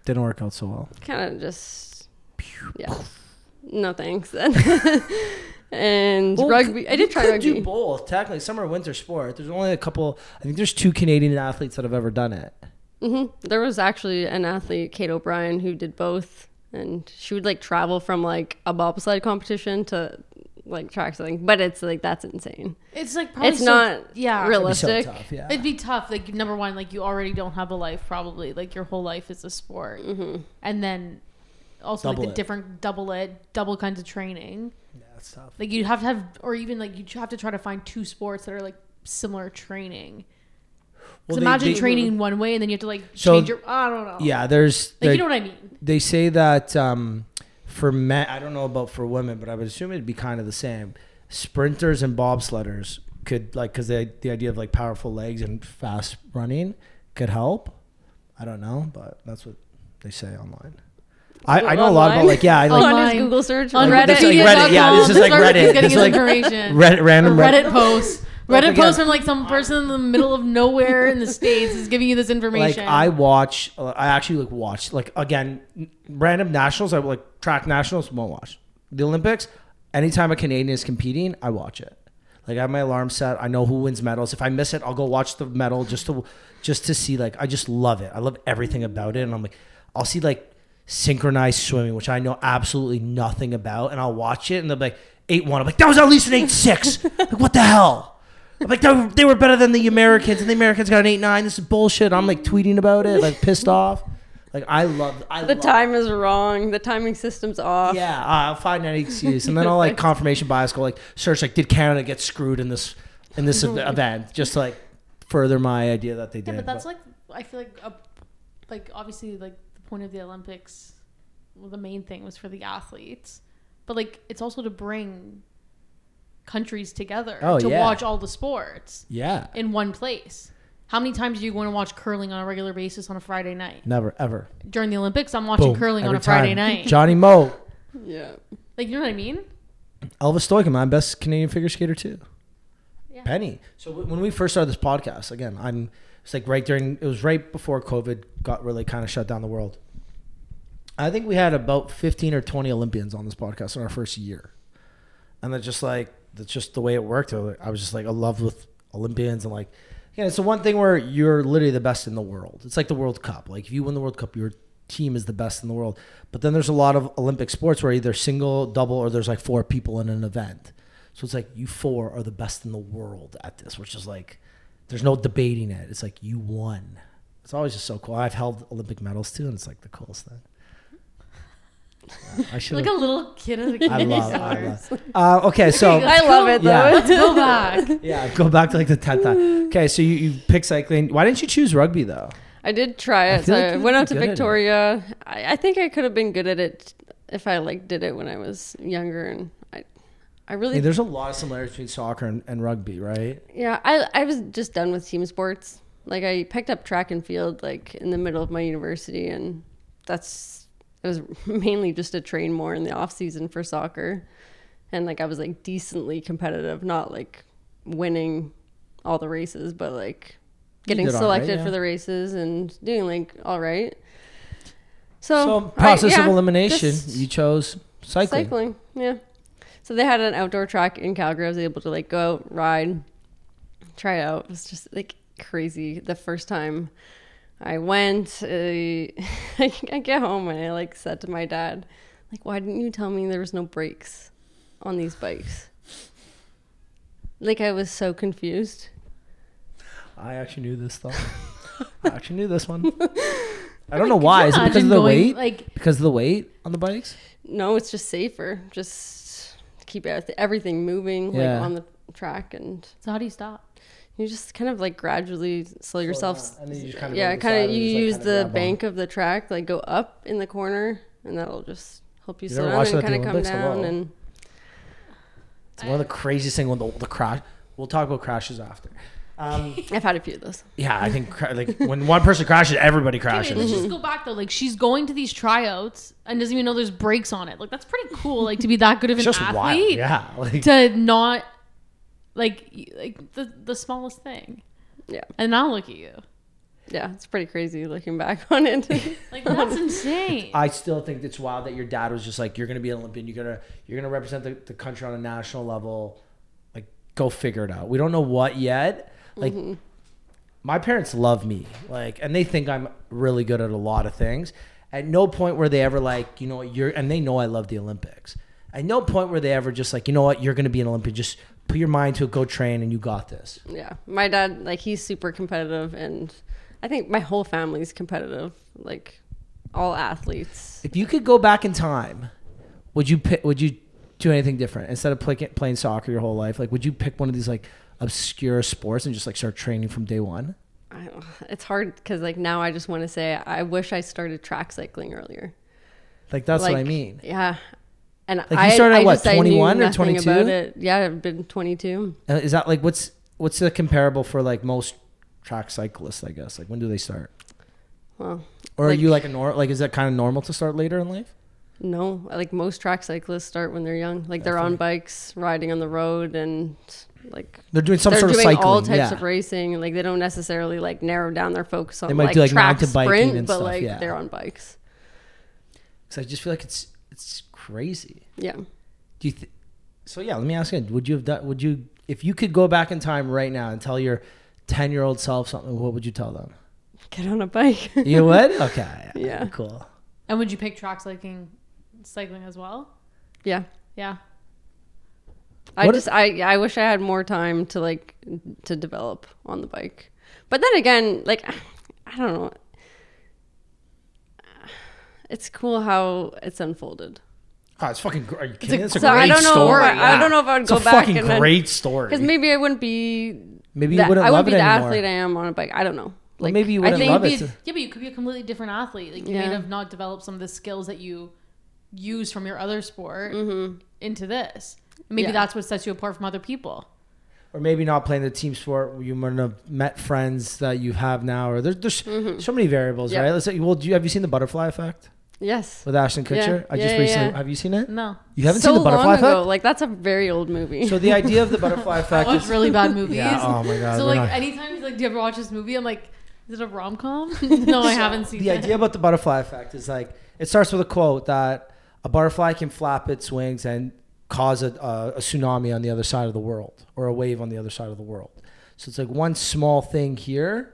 S3: Didn't work out so well.
S5: kind of just yeah, no thanks. and rugby, I
S3: you
S5: did try
S3: could
S5: rugby.
S3: do both. Technically, summer winter sport. There's only a couple. I think there's two Canadian athletes that have ever done it.
S5: hmm There was actually an athlete, Kate O'Brien, who did both, and she would like travel from like a bobsled competition to like track something. But it's like that's insane.
S2: it's like probably
S5: it's
S2: so-
S5: not
S2: yeah.
S5: real-
S3: It'd be so
S5: Realistic.
S3: tough, yeah.
S2: It'd be tough. Like number one, like you already don't have a life. Probably like your whole life is a sport,
S5: Mm-hmm.
S2: and then also
S3: Double
S2: like the
S3: it.
S2: different double it, double kinds of training.
S3: yeah, it's tough.
S2: Like you have to have, or even like you have to try to find two sports that are like similar training.
S3: Well,
S2: Because
S3: they-
S2: imagine
S3: they-
S2: training in one way and then you have to like
S3: So-
S2: change your. I don't know.
S3: Yeah, there's
S2: Like
S3: there-
S2: you know what I mean.
S3: they say that um, for men, I don't know about for women, but I would assume it'd be kind of the same. Sprinters and bobsledders could like because they the idea of like powerful legs and fast running could help. I don't know, but that's what they say online. I, I know a lot about
S5: Online?
S3: like yeah, I like
S5: on his
S2: Online.
S5: Google search,
S2: On
S5: Reddit.
S3: Reddit. That's like Reddit, yeah, this is like
S2: That's where
S3: Reddit.
S2: he's getting
S3: This is
S2: his
S3: like
S2: information.
S3: Reddit, random
S2: Reddit posts.
S3: Like,
S2: Reddit
S3: again-
S2: posts from like some person in the middle of nowhere in the states is giving you this
S3: like
S2: information.
S3: I watch, uh, I actually like watch like again n- random nationals. I would, like track nationals, won't watch the Olympics. Anytime a Canadian is competing, I watch it. Like I have my alarm set. I know who wins medals. If I miss it, I'll go watch the medal just to just to see. Like I just love it. I love everything about it, and I'm like, I'll see like synchronized swimming, which I know absolutely nothing about, and I'll watch it, and they'll be like eight one. I'm like, that was at least an eight six. like what the hell? I'm like, they were- they were better than the Americans, and the Americans got an eight nine. This is bullshit. I'm like tweeting about it, like pissed off. Like I love I
S5: The
S3: love,
S5: time is wrong. The timing system's off.
S3: Yeah, uh, I'll find any excuse, and then I'll like confirmation bias. Go like search like, did Canada get screwed in this in this ev- event? Just to, like further my idea that they
S2: yeah,
S3: did.
S2: but that's like I feel like a, like obviously like the point of the Olympics, well, the main thing was for the athletes, but like it's also to bring countries together
S3: Oh,
S2: to
S3: yeah.
S2: watch all the sports
S3: yeah,
S2: in one place. How many times do you want to watch curling on a regular basis on a Friday night?
S3: never ever
S2: During the Olympics, I'm watching
S3: Boom.
S2: curling on
S3: Every
S2: a Friday
S3: time.
S2: night.
S3: Johnny Moe,
S5: Yeah.
S2: Like, you know what I mean?
S3: Elvis Stoican, my best Canadian figure skater too.
S2: Yeah.
S3: Penny. So w- when we first started this podcast, again, I'm it's like right during it was right before COVID got really kind of shut down the world. I think we had about 15 or 20 Olympians on this podcast in our first year, and that's just like that's just the way it worked. I was just like in love with Olympians and like. Yeah, it's the one thing where you're literally the best in the world. It's like the World Cup. Like if you win the World Cup, your team is the best in the world. But then there's a lot of Olympic sports where either single, double, or there's like four people in an event. So it's like you four are the best in the world at this, which is like there's no debating it. It's like you won. It's always just so cool. I've held Olympic medals too, and it's like the coolest thing. Yeah, I should.
S2: Like a little kid in a
S3: I
S2: candy
S3: love.
S2: store.
S3: I love. Uh, okay, so
S5: I love it though.
S3: Yeah.
S2: Let's go back.
S3: yeah, go back to like the tenth time. Okay, so you, you pick cycling. Why didn't you choose rugby though?
S5: I did try it.
S3: I
S5: I,
S3: feel
S5: so
S3: like
S5: I
S3: you'd
S5: went
S3: be
S5: out to
S3: good at it.
S5: Victoria. I, I think I could have been good at it if I like did it when I was younger, and I, I
S3: I
S5: really,
S3: mean, there's a lot of similarities between soccer and, and rugby, right?
S5: yeah, I I was just done with team sports. Like I picked up track and field like in the middle of my university, and that's it was mainly just to train more in the off season for soccer, and like I was like decently competitive, not like winning all the races, but like getting
S3: did all right,
S5: selected
S3: yeah.
S5: for the races and doing like all right. So,
S3: So
S5: I-
S3: process
S5: yeah,
S3: of elimination,
S5: just
S3: you chose cycling.
S5: cycling. Yeah. So they had an outdoor track in Calgary. I was able to like go out, ride, try it out. It was just like crazy the first time I went. I, I get home and I like said to my dad, like, why didn't you tell me there was no brakes on these bikes? Like I was so confused.
S3: I actually knew this though. I actually knew this one. I
S5: Oh
S3: don't know why. Is it because of the weight?
S2: Like,
S3: because of the weight on the bikes?
S5: No, it's just safer. Just keep everyth- everything moving
S3: Yeah.
S5: like on the track and
S2: so how do you stop?
S5: you just kind of like gradually slow yourself.
S3: down, and then you just kinda go
S5: yeah,
S3: to the
S5: kind
S3: side
S5: of.
S3: and
S5: You
S3: just, like,
S5: use
S3: kinda
S5: the
S3: grab on.
S5: bank of the track, like go up in the corner, and that'll just help you
S3: You
S5: slow
S3: ever
S5: down
S3: watched
S5: and
S3: that at
S5: kind
S3: the
S5: of come
S3: Olympics?
S5: down.
S3: Hello.
S5: And
S3: It's one of the craziest things when the, the crash. We'll talk about crashes after. Um,
S5: I've had a few of those.
S3: yeah, I think cra- like when one person crashes, everybody crashes.
S2: Okay, let's just go back though. Like she's going to these tryouts and doesn't even know there's brakes on it. Like that's pretty cool. Like to be that good of an
S3: It's just wild.
S2: athlete
S3: Yeah, like
S2: to not like y- like the the smallest thing.
S5: Yeah.
S2: And now look at you.
S5: Yeah, it's pretty crazy looking back on it.
S2: Like that's insane.
S3: I still think it's wild that your dad was just like, "You're gonna be an Olympian. You're gonna you're gonna represent the, the country on a national level. Like, go figure it out. We don't know what yet. Like, my parents love me. Like, and they think I'm really good at a lot of things. At no point were they ever like, you know, what, you're. And they know I love the Olympics. At no point were they ever just like, you know what, you're gonna be an Olympian. Just put your mind to it. Go train, and you got this.
S5: yeah, my dad like he's super competitive, and I think my whole family's competitive. Like all athletes.
S3: If you could go back in time, would you pick, would you do anything different instead of play, playing soccer your whole life? Like, would you pick one of these like obscure sports and just like start training from day one?
S5: I don't, it's hard because like now I just want to say I wish I started track cycling earlier.
S3: Like that's what I
S5: Like,
S3: mean.
S5: Yeah. And
S3: you
S5: I
S3: started at
S5: I
S3: what,
S5: just- I knew
S3: 21 or
S5: nothing
S3: 22?
S5: about it. Yeah, I've been 22.
S3: Uh, Is that like what's what's the comparable for like most track cyclists? I guess like when do they start?
S5: Well,
S3: Or
S5: Like-
S3: are you like a nor like is that kind of normal to start later in life?
S5: no, like most track cyclists start when they're young. Like they're on bikes, riding on the road, and like
S3: They're doing some
S5: they're
S3: sort
S5: doing
S3: of cycling.
S5: all types
S3: yeah.
S5: of racing. Like they don't necessarily like narrow down their focus on
S3: might
S5: like,
S3: do, like,
S5: track
S3: mountain biking
S5: sprint,
S3: and
S5: but
S3: stuff,
S5: like
S3: yeah.
S5: they're on bikes.
S3: So I just feel like it's it's crazy.
S5: Yeah.
S3: Do you? Th- so yeah, let me ask you: Would you have done? Would you, if you could go back in time right now and tell your ten-year-old self something, what would you tell them?
S5: Get on a bike.
S3: You would? Okay.
S5: Yeah.
S3: Cool.
S2: and would you pick track cycling cycling as well?
S5: yeah.
S2: Yeah.
S5: I
S3: What
S5: just I I wish I had more time to like to develop on the bike. But then again, like I don't know. It's cool how it's unfolded.
S3: Oh, it's fucking. gr- Are you kidding? It's a,
S5: so I
S3: great
S5: don't know
S3: story.
S5: where- I
S3: yeah.
S5: don't know if I would
S3: it's
S5: go
S3: a
S5: back
S3: Fucking
S5: and then-
S3: great story.
S5: Because maybe I wouldn't be.
S3: Maybe you
S5: that-
S3: wouldn't
S5: I
S3: love
S5: wouldn't
S3: it
S5: be the
S3: anymore.
S5: athlete I am on a bike. I don't know. Like
S3: maybe you wouldn't
S2: I
S3: love
S2: think
S3: it.
S2: you'd- yeah, but you could be a completely different athlete. Like you
S5: Yeah.
S2: may have not developed some of the skills that you use from your other sport
S3: Mm-hmm.
S2: into this. Maybe
S5: Yeah.
S2: that's what sets you apart from other people.
S3: or maybe not playing the team sport. You might have met friends that you have now, or there's there's so many variables,
S5: Mm-hmm. Yeah.
S3: right? Let's say, well, do you, have you seen the butterfly effect
S5: yes.
S3: with Ashton Kutcher? I just
S5: Yeah, yeah,
S3: recently.
S5: yeah.
S3: Have you seen it?
S2: No,
S3: You haven't
S5: so
S3: seen the butterfly
S5: long ago.
S3: effect.
S5: Like that's a very old movie.
S3: So the idea of the butterfly
S2: I
S3: effect
S2: watch
S3: is
S2: really bad movies.
S3: yeah. Oh my god.
S2: so
S3: we're not-
S2: like anytime he's like, "Do you ever watch this movie?" I'm like, "Is it a rom com?" no, I haven't seen
S3: the
S2: it.
S3: idea about the butterfly effect is like it starts with a quote that a butterfly can flap its wings and cause a, a, a tsunami on the other side of the world or a wave on the other side of the world. So it's like one small thing here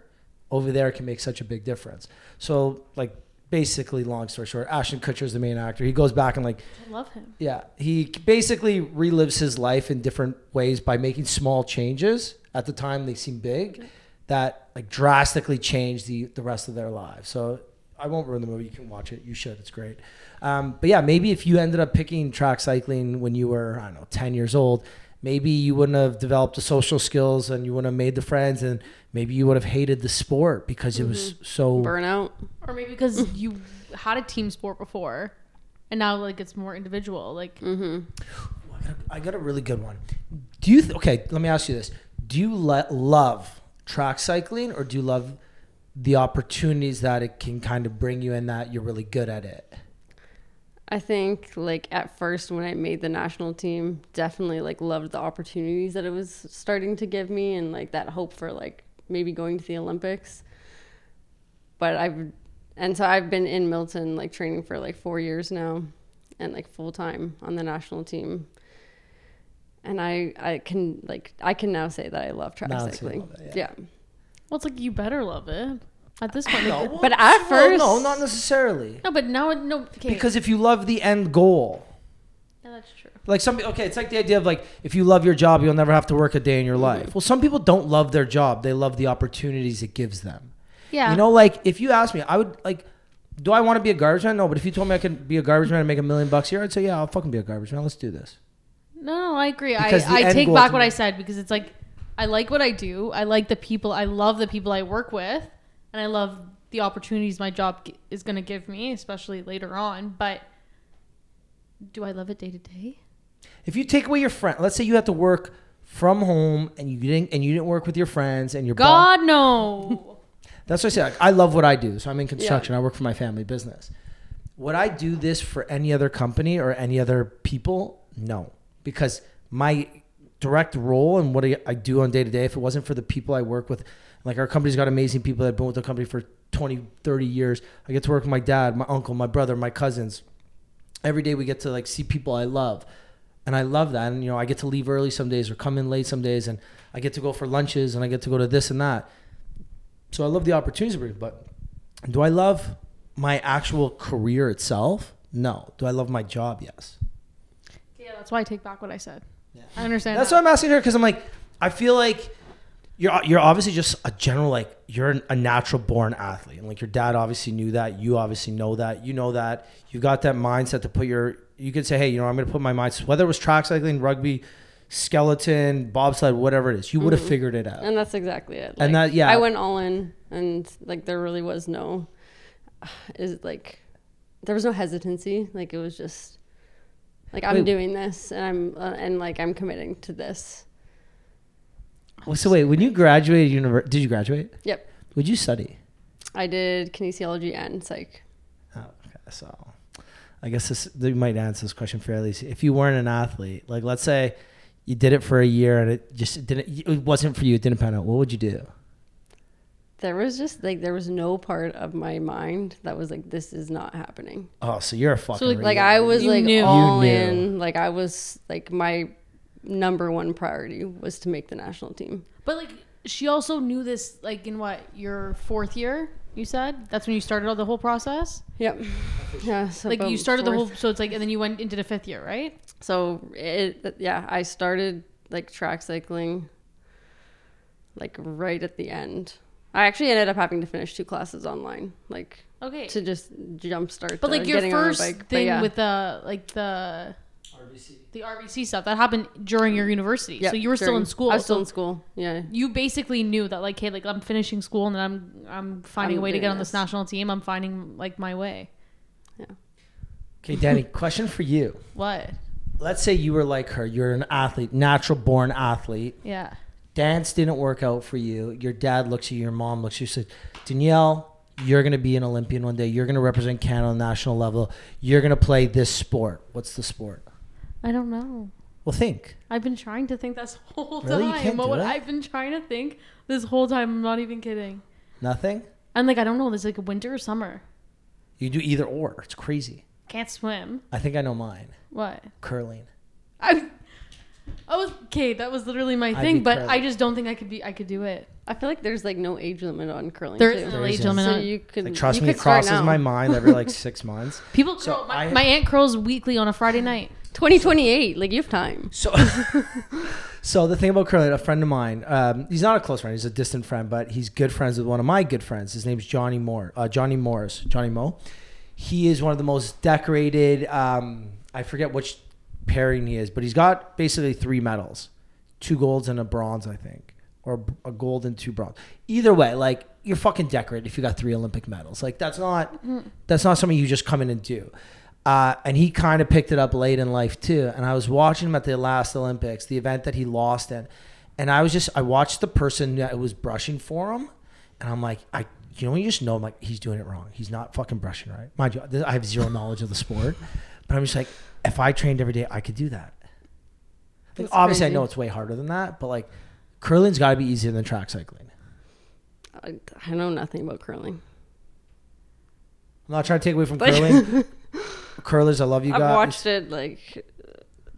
S3: over there can make such a big difference. So like basically, long story short, Ashton Kutcher is the main actor. He goes back and like
S2: I love him.
S3: yeah, he basically relives his life in different ways by making small changes. At the time, they seem big, that like drastically change the the rest of their lives. So I won't ruin the movie. You can watch it. You should. It's great. Um, but yeah, maybe if you ended up picking track cycling when you were I don't know ten years old, maybe you wouldn't have developed the social skills and you wouldn't have made the friends, and maybe you would have hated the sport because it was so
S5: Burnout.
S2: Or maybe because you had a team sport before, and now like it's more individual. Like
S3: Mm. I got a- I got a really good one. Do you th- okay? Let me ask you this: Do you le- love track cycling, or do you love the opportunities that it can kind of bring you, and that you're really good at it?
S5: I think like at first when I made the national team, definitely like loved the opportunities that it was starting to give me and like that hope for like maybe going to the Olympics. But I've and so I've been in Milton like training for like 4 years now and like full time on the national team. And I I can like I can now say that I love track
S3: Now it's- you
S5: cycling.
S3: love it,
S5: yeah.
S2: well, it's like you better love it at this point. like,
S5: But at first
S3: no, not necessarily.
S2: No, but now it- no okay.
S3: Because if you love the end goal,
S2: yeah, that's true.
S3: like some okay, it's like the idea of like if you love your job, you'll never have to work a day in
S5: Mm-hmm.
S3: your life. Well, some people don't love their job; they love the opportunities it gives them.
S2: Yeah,
S3: You know, like if you asked me, I would like. Do I want to be a garbage man? No, but if you told me I could be a garbage man and make a million bucks a year, I'd say, yeah, I'll fucking be a garbage man. Let's do this.
S2: No, no, I agree. I,
S3: Because the
S2: I
S3: end
S2: take
S3: goal
S2: back
S3: to
S2: what
S3: me-
S2: I said because it's like I like what I do. I like the people. I love the people I work with, and I love the opportunities my job g- is going to give me, especially later on. But do I love it day to day?
S3: If you take away your friend, let's say you had to work from home and you didn't and you didn't work with your friends and your boss.
S2: God no.
S3: That's what I say. Like, I love what I do, so I'm in construction. I work for my family business. Would I do this for any other company or any other people? No, because my direct role in what I I do on day to day, if it wasn't for the people I work with, like our company's got amazing people that have been with the company for 20, 30 years. I get to work with my dad, my uncle, my brother, my cousins. Every day we get to like see people I love. And I love that. And you know, I get to leave early some days or come in late some days and I get to go for lunches and I get to go to this and that. So I love the opportunities to bring, but do I love my actual career itself? No. Do I love my job? Yes.
S2: Yeah, that's why I take back what I said. I understand.
S3: That's
S2: that.
S3: what I'm asking her because I'm like, I feel like you're you're obviously just a general like you're an- a natural born athlete, and like your dad obviously knew that, you obviously know that, you know that, you got that mindset to put your you could say, hey, you know, I'm going to put my mind whether it was track cycling, rugby, skeleton, bobsled, whatever it is, you would have figured it out.
S5: Mm-hmm. And that's exactly it.
S3: And
S5: Like,
S3: that- yeah.
S5: I went all in, and like there really was no, is like, there was no hesitancy. Like it was just, like I'm
S3: Wait.
S5: doing this, and I'm uh, and like I'm committing to this.
S3: Well, so wait, when you graduated university, did you graduate?
S5: Yep,
S3: Would you study?
S5: I did kinesiology and psych.
S3: Oh, okay. So, I guess this they might answer this question fairly. If you weren't an athlete, like let's say you did it for a year and it just didn't, it wasn't for you, it didn't pan out. What would you do?
S5: There was just like there was no part of my mind that was like this is not happening.
S3: Oh, so you're a fucking
S2: like-
S5: Like
S3: radio.
S5: I was
S2: You
S5: like
S2: knew. You
S5: all
S3: knew.
S5: in. Like I was like my number one priority was to make the national team.
S2: But like, she also knew this. Like in what your fourth year, you said that's when you started all the whole process.
S5: Yep. Yeah. So
S2: Like you
S5: about
S2: started the
S5: fourth.
S2: whole. So it's like, and then you went into the fifth year, right?
S5: So it yeah, I started like track cycling like right at the end. I actually ended up having to finish two classes online, like
S2: Okay.
S5: to just
S2: but
S5: jumpstart. the
S2: like your
S5: Uh, getting on the
S2: first
S5: bike. But
S2: thing
S5: yeah.
S2: with the like the
S1: RBC.
S2: the RBC stuff that happened during your university.
S5: Yep,
S2: so you were still
S5: Mm. during-
S2: in school.
S5: I was still
S2: so
S5: in school. Yeah.
S2: you basically knew that like, hey, like I'm finishing school and then I'm I'm finding a
S5: I'm
S2: way to
S5: doing
S2: get on this
S5: this.
S2: national team. I'm finding like my way.
S3: okay, Danny. Question for you.
S2: What?
S3: Let's say you were like her. You're an athlete, natural born athlete.
S2: Yeah.
S3: dance didn't work out for you. Your dad looks at you, your mom looks at you, says, Danielle, you're going to be an Olympian one day. You're going to represent Canada on the national level. You're going to play this sport. What's the sport?
S2: I don't know.
S3: Well, think.
S2: I've been trying to think this whole
S3: Really? You
S2: time.
S3: can't
S2: But
S3: do
S2: what
S3: it?
S2: I've been trying to think this whole time, I'm not even kidding.
S3: Nothing?
S2: And like I don't know, there's like winter or summer.
S3: You do either or. It's crazy.
S2: Can't swim.
S3: I think I know mine
S2: What?
S3: curling.
S2: I I was okay, that was literally my
S3: I'd
S2: thing,
S3: be
S2: but
S3: proud.
S2: I just don't think I could be I could do it.
S5: I feel like there's like no age limit on curling.
S2: There
S5: too.
S2: isn't
S3: There
S2: a late
S3: isn't.
S2: gentleman.
S5: so
S2: on-
S5: you could
S3: Like, trust
S5: Mm, you
S3: me, it
S5: could start
S3: crosses
S5: now.
S3: my mind every like six months.
S2: People curl.
S3: So
S2: my,
S3: I-
S2: my aunt curls weekly on a Friday night.
S5: 2028. Like you have time.
S3: So, so the thing about curling, a friend of mine, um, he's not a close friend, he's a distant friend, but he's good friends with one of my good friends. His name's Johnny Moore, uh, Johnny Morris, Johnny Mo. He is one of the most decorated. Um, I forget which pairing he is, but he's got basically three medals, two golds and a bronze, I think, or a gold and two bronze. Either way, like you're fucking decorated if you got three Olympic medals. Like that's not that's not something you just come in and do uh, and he kind of picked it up late in life too. And I was watching him at the last Olympics, the event that he lost in, and I was just I watched the person that was brushing for him, and I'm like, I you know when you just know I'm like he's doing it wrong. He's not fucking brushing right. Mind you, this- I have zero knowledge of the sport, but I'm just like, if I trained every day, I could do that. Like,
S5: That's
S3: obviously, I
S5: crazy.
S3: know it's way harder than that, but like curling's got to be easier than track cycling.
S5: I, I know nothing about curling.
S3: I'm not trying to take away from
S5: Like-
S3: curling. Curlers, I love you guys.
S5: I've watched it like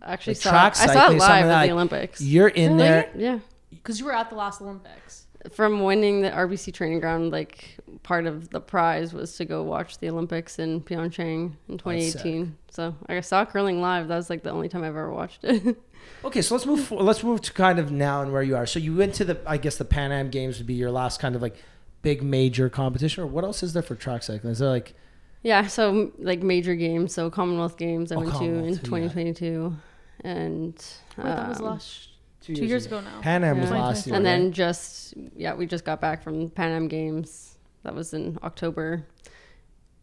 S5: actually
S3: Like
S5: saw
S3: track
S5: I saw it
S3: cycling, something
S5: live at
S3: like-
S5: the Olympics.
S3: You're in
S2: Really?
S3: there.
S5: Yeah.
S2: Because you were at the last Olympics.
S5: From winning the RBC training ground, like part of the prize was to go watch the Olympics in Pyeongchang in 2018. So I saw curling live. That was like the only time I've ever watched it.
S3: Okay, so let's move. For, let's move to kind of now and where you are. So you went to the, I guess the Pan Am Games would be your last kind of like big major competition. Or what else is there for track cycling? Is there like
S5: yeah. So like major games, so Commonwealth Games I
S3: Oh,
S5: went to
S3: Commonwealth,
S5: in
S3: yeah.
S5: 2022, and
S2: Wait, that was
S5: um,
S2: last two years ago now.
S3: Pan Am was
S5: Yeah.
S3: last year,
S5: And
S3: right?
S5: then just yeah, we just got back from Pan Am Games. That was in October.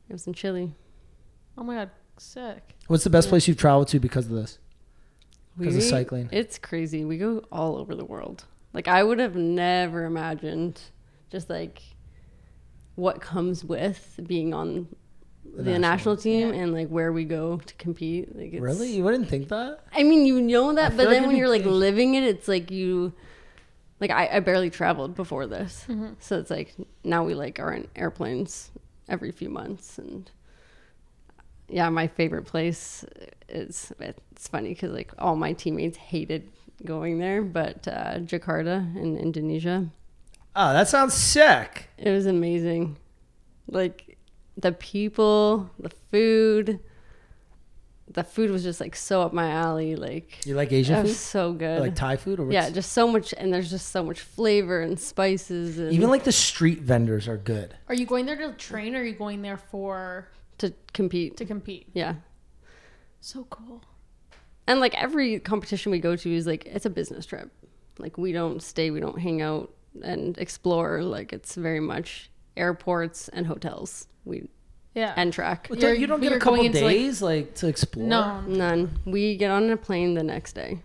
S5: It was in Chile.
S2: Oh my god, sick.
S3: What's the best place you've traveled to because of this?
S5: We-
S3: 'Cause of cycling.
S5: It's crazy. We go all over the world. Like I would have never imagined just like what comes with being on the, national, team and like where we go to compete. Like it's,
S3: Really? You wouldn't think that?
S5: I mean, you know that,
S3: feel like
S5: but then
S3: it'd
S5: when
S3: be
S5: you're like
S3: pretty-
S5: living it, it's like you, like I, I barely traveled before this,
S3: Mm-hmm.
S5: so it's like now we like are in airplanes every few months, and yeah, my favorite place is it's funny because like all my teammates hated going there, but uh, Jakarta in Indonesia,
S3: Oh, that sounds sick.
S5: it was amazing, like the people, the food. The food was just like so up my alley. Like
S3: You like Asian
S5: that
S3: food?
S5: was so good.
S3: Like Thai food? Or
S5: yeah,
S3: what's-
S5: just so much, and there's just so much flavor and spices, and
S3: Even like the street vendors are good.
S2: Are you going there to train or are you going there for
S5: to compete.
S2: to compete?
S5: yeah,
S2: So cool.
S5: and like every competition we go to is like it's a business trip. Like we don't stay, we don't hang out and explore. Like it's very much airports and hotels. We
S2: Yeah.
S5: and track
S3: But
S2: You're-
S3: don't, you don't
S2: but
S3: get a
S2: you're
S3: couple
S2: going into, like-
S3: days like, to explore.
S2: no.
S5: none. We get on a plane the next day,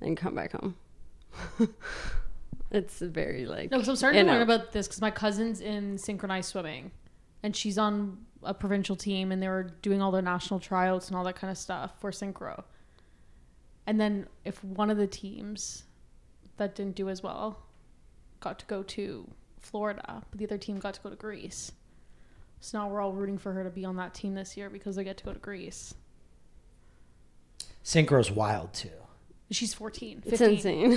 S5: and come back home. it's very like
S2: No, because I'm starting
S5: in
S2: to learn
S5: out.
S2: about this because my cousin's in synchronized swimming, and she's on a provincial team, and they were doing all their national tryouts and all that kind of stuff for synchro. And then if one of the teams that didn't do as well got to go to Florida, but the other team got to go to Greece. So now we're all rooting for her to be on that team this year because they get to go to Greece.
S3: Synchro's wild too.
S2: Uh, She's 14. 15.
S5: it's insane.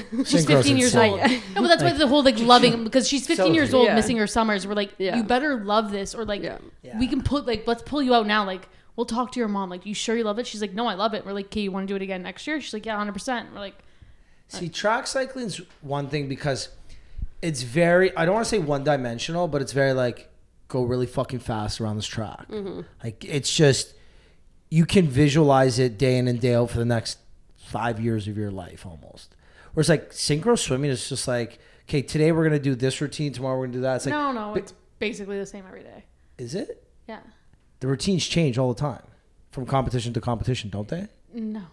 S3: Synchro's
S2: She's 15 years
S3: insane.
S2: old. No, but that's why the whole like loving because she's 15
S3: So-
S2: years old,
S5: Yeah.
S2: missing her summers. We're like,
S5: Yeah.
S2: you better love this, or like,
S5: Yeah.
S2: we can put like, let's pull you out now. Like, we'll talk to your mom. Like, you sure you love it? She's like, no, I love it. We're like, okay, you want to do it again next year? She's like, yeah, 100. percent We're like,
S3: See, track cycling's one thing because it's very, I don't want to say one dimensional, but it's very like go really fucking fast around this track.
S2: Mm-hmm.
S3: Like it's just, you can visualize it day in and day out for the next five years of your life almost. Whereas like synchro swimming is just like, okay, today we're going to do this routine, tomorrow we're going to do that. It's like,
S2: no, no,
S3: but-
S2: it's basically the same every day.
S3: is it?
S2: Yeah,
S3: The routines change all the time from competition to competition, don't they?
S2: no,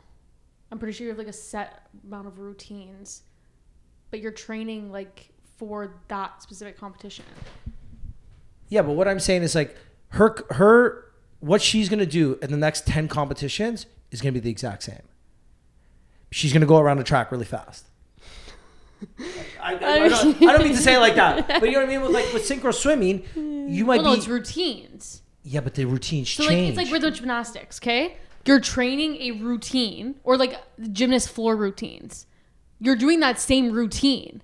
S2: I'm pretty sure you have like a set amount of routines, but you're training like for that specific competition.
S3: Yeah, but what I'm saying is like her her what she's gonna do in the next ten competitions is gonna be the exact same. She's gonna go around the track really fast. I, I, I don't, I don't mean to say it like that, but you know what I mean. With like with synchro swimming, you might
S2: Well, no,
S3: be
S2: it's routines.
S3: yeah, but the routines
S2: So like
S3: change.
S2: it's like rhythm gymnastics, okay? You're training a routine or like gymnast floor routines. You're doing that same routine.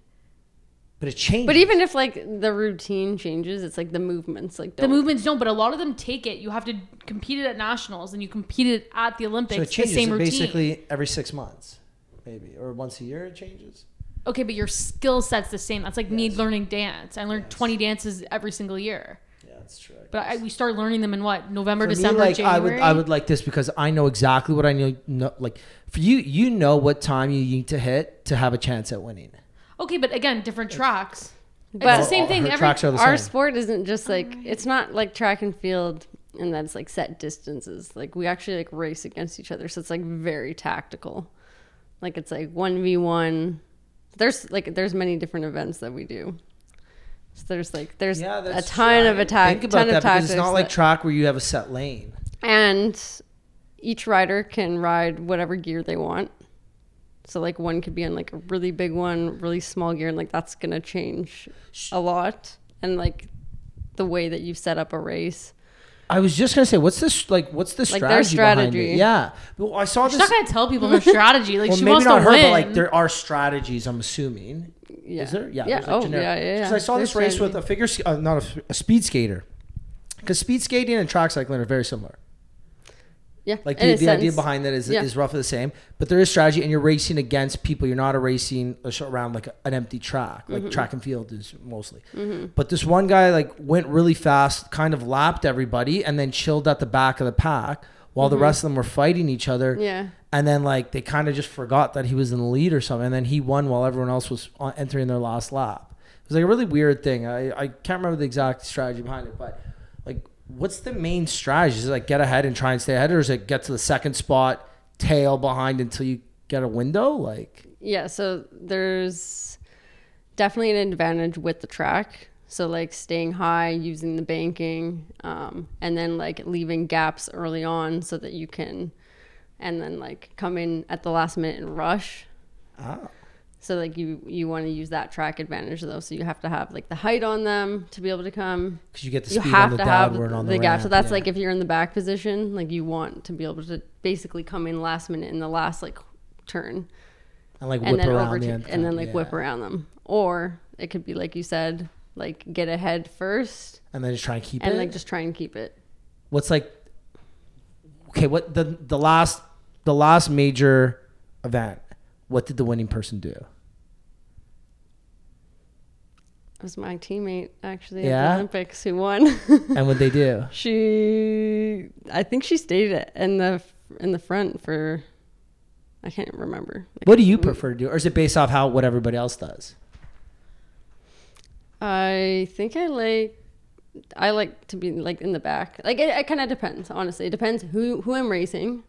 S3: but it changes.
S5: But even if like the routine changes, it's like the movements, like
S2: The
S5: don't-
S2: movements don't, but a lot of them take it. You have to compete it at nationals and you compete it at the Olympics.
S3: so it changes
S2: the same routine.
S3: basically every six months, maybe or once a year. It changes.
S2: okay, but your skill set's the same. That's like me learning dance. I learned 20 dances every single year.
S3: Yeah, that's true.
S2: But I, we started learning them in what November,
S3: For me,
S2: December,
S3: like,
S2: January.
S3: I would I would like this because I know exactly what I know, know. Like for you, you know what time you need to hit to have a chance at winning.
S2: okay, but again, different tracks.
S5: But-
S2: it's the same thing.
S3: Her
S2: Every,
S3: tracks are the Oh,
S5: our
S3: same.
S5: sport isn't just like it's not like track and field and that's like set distances. Like we actually like race against each other, so it's like very tactical. Like it's like one v one. There's like there's many different events that we do. So there's like there's a ton of attack,
S3: Think about
S5: ton
S3: that
S5: of tactics.
S3: because it's not like
S5: that-
S3: track where you have a set lane.
S5: and each rider can ride whatever gear they want. So like one could be on like a really big one, really small gear, and like that's gonna change a lot. And like the way that you set up a race,
S3: I was just gonna say, what's this like? What's the
S5: Like,
S3: strategy?
S5: their strategy.
S3: Behind it? Yeah, well, I saw
S2: She's
S3: this.
S2: not gonna tell people her strategy. Like
S3: well,
S2: she
S3: maybe
S2: wants
S3: not
S2: to
S3: her,
S2: win.
S3: but like there are strategies. I'm assuming.
S5: yeah,
S3: Is there? Yeah.
S5: yeah,
S3: there's a
S5: oh
S3: generic-
S5: yeah, yeah.
S3: 'Cause
S5: yeah.
S3: I saw this
S5: There's
S3: race with
S5: strategy.
S3: a figure, sk- uh, not a, f- a speed skater, because speed skating and track cycling are very similar.
S5: yeah,
S3: Like
S5: in
S3: the,
S5: a
S3: the idea
S5: sense.
S3: behind that is
S5: Yeah.
S3: is roughly the same, but there is strategy, and you're racing against people. You're not a racing ash- around like an empty track, like
S5: Mm-hmm.
S3: track and field is mostly. But this one guy like went really fast, kind of lapped everybody, and then chilled at the back of the pack while the rest of them were fighting each other.
S5: Mm-hmm. Yeah.
S3: And then like they kind of just forgot that he was in the lead or something, and then he won while everyone else was on- entering their last lap. It was like a really weird thing. I I can't remember the exact strategy behind it, but like what's the main strategy? Is it like get ahead and try and stay ahead, or is it get to the second spot, tail behind until you get a window? Like
S5: Yeah, so there's definitely an advantage with the track. So like staying high, using the banking, um, and then like leaving gaps early on so that you can, and then like come in at the last minute and rush.
S3: Ah.
S5: So like you you want to use that track advantage though. So you have to have like the height on them to be able to come.
S3: because you get the
S5: You
S3: speed
S5: have
S3: on the
S5: to have
S3: downward on
S5: the,
S3: the,
S5: gap. So
S3: ramp,
S5: that's
S3: yeah.
S5: like if you're in the back position, like you want to be able to basically come in last minute in the last like turn
S3: and like
S5: and
S3: whip
S5: then
S3: around
S5: over
S3: the
S5: to,
S3: end
S5: and then
S3: time,
S5: like
S3: yeah.
S5: whip around them. Or it could be like you said, like get ahead first
S3: and then just try and keep
S5: and
S3: it.
S5: like just try and keep it.
S3: What's like okay? What the the last the last major event? What did the winning person do?
S5: It was my teammate actually at
S3: Yeah?
S5: the Olympics who won.
S3: And what they do?
S5: she, I think she stayed in the in the front for, I can't remember.
S3: What do you prefer to do, or is it based off how what everybody else does?
S5: I think I like. I like to be like in the back. Like it, it kind of depends, honestly. It depends who who I'm racing,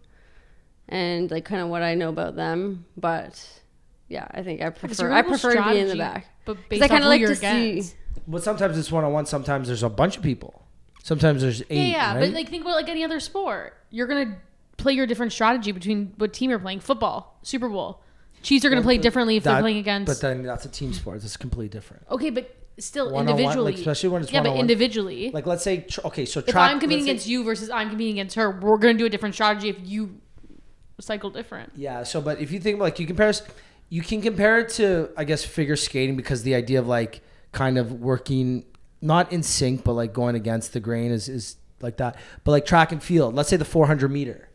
S5: and like kind of what I know about them. But yeah, I think I prefer I prefer to be in the back
S2: But
S5: because I kind of like to see.
S3: Well, sometimes it's one on one. Sometimes there's a bunch of people. Sometimes there's eight.
S2: Yeah, yeah. But
S3: right?
S2: like think about like any other sport. You're gonna play your different strategy between what team you're playing. Football, Super Bowl. Chiefs are gonna play differently if
S3: That-
S2: they're playing against.
S3: But then that's a team sport. It's completely different.
S2: okay, but still
S3: One-on-one, like,
S2: individually,
S3: especially when it's
S2: yeah, but
S3: one-on-one.
S2: individually.
S3: Like let's say tr- okay, so
S2: if
S3: track.
S2: I'm competing
S3: let's
S2: against
S3: say-
S2: you versus I'm competing against her, we're gonna do a different strategy if you cycle different.
S3: yeah. So, but if you think about like you compare, us- you can compare it to I guess figure skating because the idea of like kind of working not in sync but like going against the grain is is like that. But like track and field, let's say the 400 meter,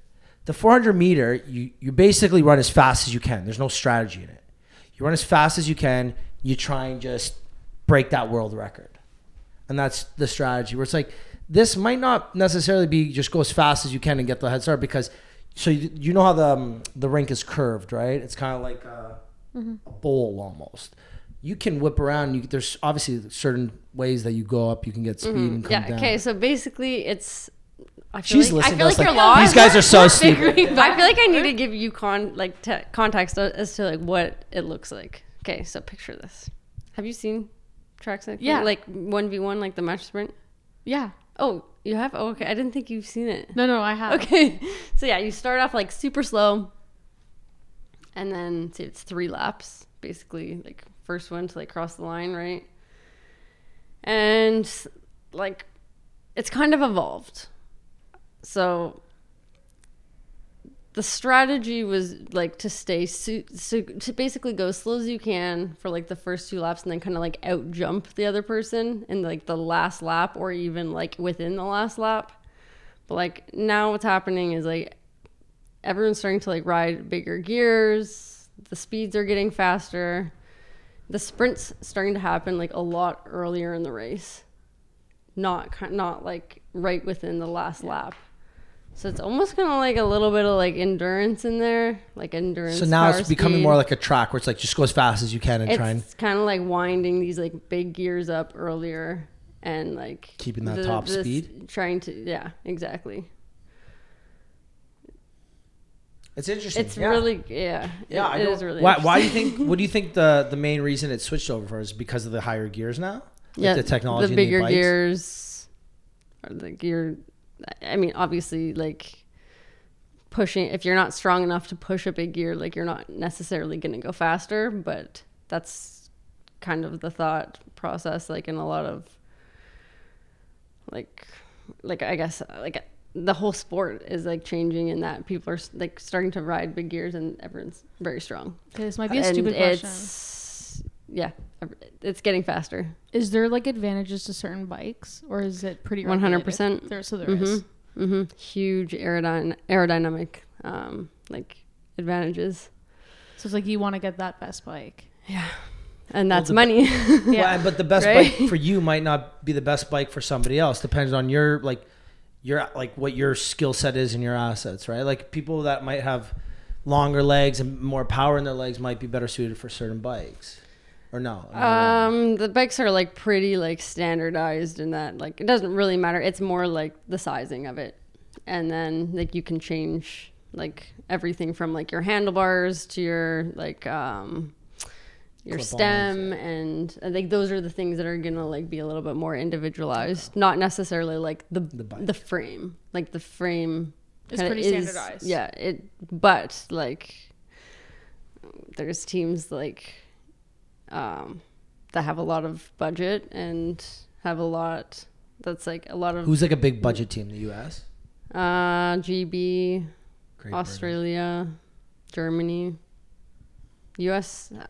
S3: the 400 meter, you you basically run as fast as you can. There's no strategy in it. You run as fast as you can. You try and just break that world record. And that's the strategy where it's like, this might not necessarily be just go as fast as you can and get the head start because, so you, you know how the, um, the rink is curved, right? It's kind of like a,
S5: Mm-hmm.
S3: a bowl almost. You can whip around. You, there's obviously certain ways that you go up. You can get speed and come
S5: Mm-hmm. Yeah.
S3: down.
S5: Okay. So basically, it's. I feel
S3: She's
S5: like, I
S3: listening. to
S5: feel
S3: us
S5: like you're
S3: like,
S5: lost.
S3: These guys are so stupid.
S2: Figuring
S5: I
S2: that-
S5: feel like I need to give you con like te- context a- as to like what it looks like. Okay, so picture this. Have you seen track cycling?
S2: Yeah.
S5: like one v one, like the match sprint.
S2: yeah.
S5: Oh, you have. Oh, okay. I didn't think you've seen it.
S2: No, no, I have.
S5: Okay, so yeah, you start off like super slow, and then so it's three laps basically, like first one to like cross the line, right? And like, it's kind of evolved. So the strategy was like to stay su- su- to basically go as slow as you can for like the first two laps and then kind of like out jump the other person in like the last lap or even like within the last lap but like now what's happening is like everyone's starting to like ride bigger gears the speeds are getting faster the sprints starting to happen like a lot earlier in the race not ki- not like right within the last lap so it's almost kind of like a little bit of like endurance in there like endurance
S3: So now
S5: power
S3: it's becoming
S5: speed.
S3: more like a track where it's like just go as fast as you can and try and
S5: it's kind of like winding these like big gears up earlier and like
S3: Keeping that top speed?
S5: trying to yeah exactly
S3: it's interesting.
S5: It's
S3: yeah.
S5: really yeah.
S3: yeah. I
S5: it
S3: don't-
S5: is really.
S3: why, why do you
S5: interesting.
S3: think? What do you think the the main reason it switched over for is because of the higher gears now? Like the technology,
S5: the
S3: in
S5: bigger
S3: bikes?
S5: gears, or the gear. I mean, obviously, like pushing. If you're not strong enough to push a big gear, like you're not necessarily going to go faster. But that's kind of the thought process, like in a lot of like like I guess like the whole sport is like changing in that people are like starting to ride big gears and everyone's very strong.
S2: Okay, this might be a stupid question.
S5: it's, Yeah, it's getting faster.
S2: Is there like advantages to certain bikes, or is it pretty
S5: 100%.
S2: regulated? There, so there is.
S5: Mhm. hmm Huge aerodyn- aerodynamic um, like advantages,
S2: So it's like you want to get that best bike.
S5: and that's
S3: the-
S5: money.
S2: Yeah.
S3: Well, but the best
S5: Right?
S3: bike for you might not be the best bike for somebody else. Depends on your like your like what your skill set is and your assets, right? Like people that might have longer legs and more power in their legs might be better suited for certain bikes, or no? am I wrong?
S5: um, the bikes are like pretty like standardized in that like it doesn't really matter. It's more like the sizing of it, and then like you can change like everything from like your handlebars to your like um, your
S3: Clip-ons,
S5: STEM, and I think those are the things that are gonna like be a little bit more individualized, not necessarily like the
S3: The
S5: the,
S3: bike.
S5: frame, like the frame.
S6: It's
S5: kinda
S6: pretty standardized.
S5: Yeah, it. But like, there's teams like, um, that have a lot of budget and have a lot. That's like a lot of
S3: Who's like a big budget team? The U.S.
S5: uh, GB,
S3: Great
S5: Australia, Germany, US uh,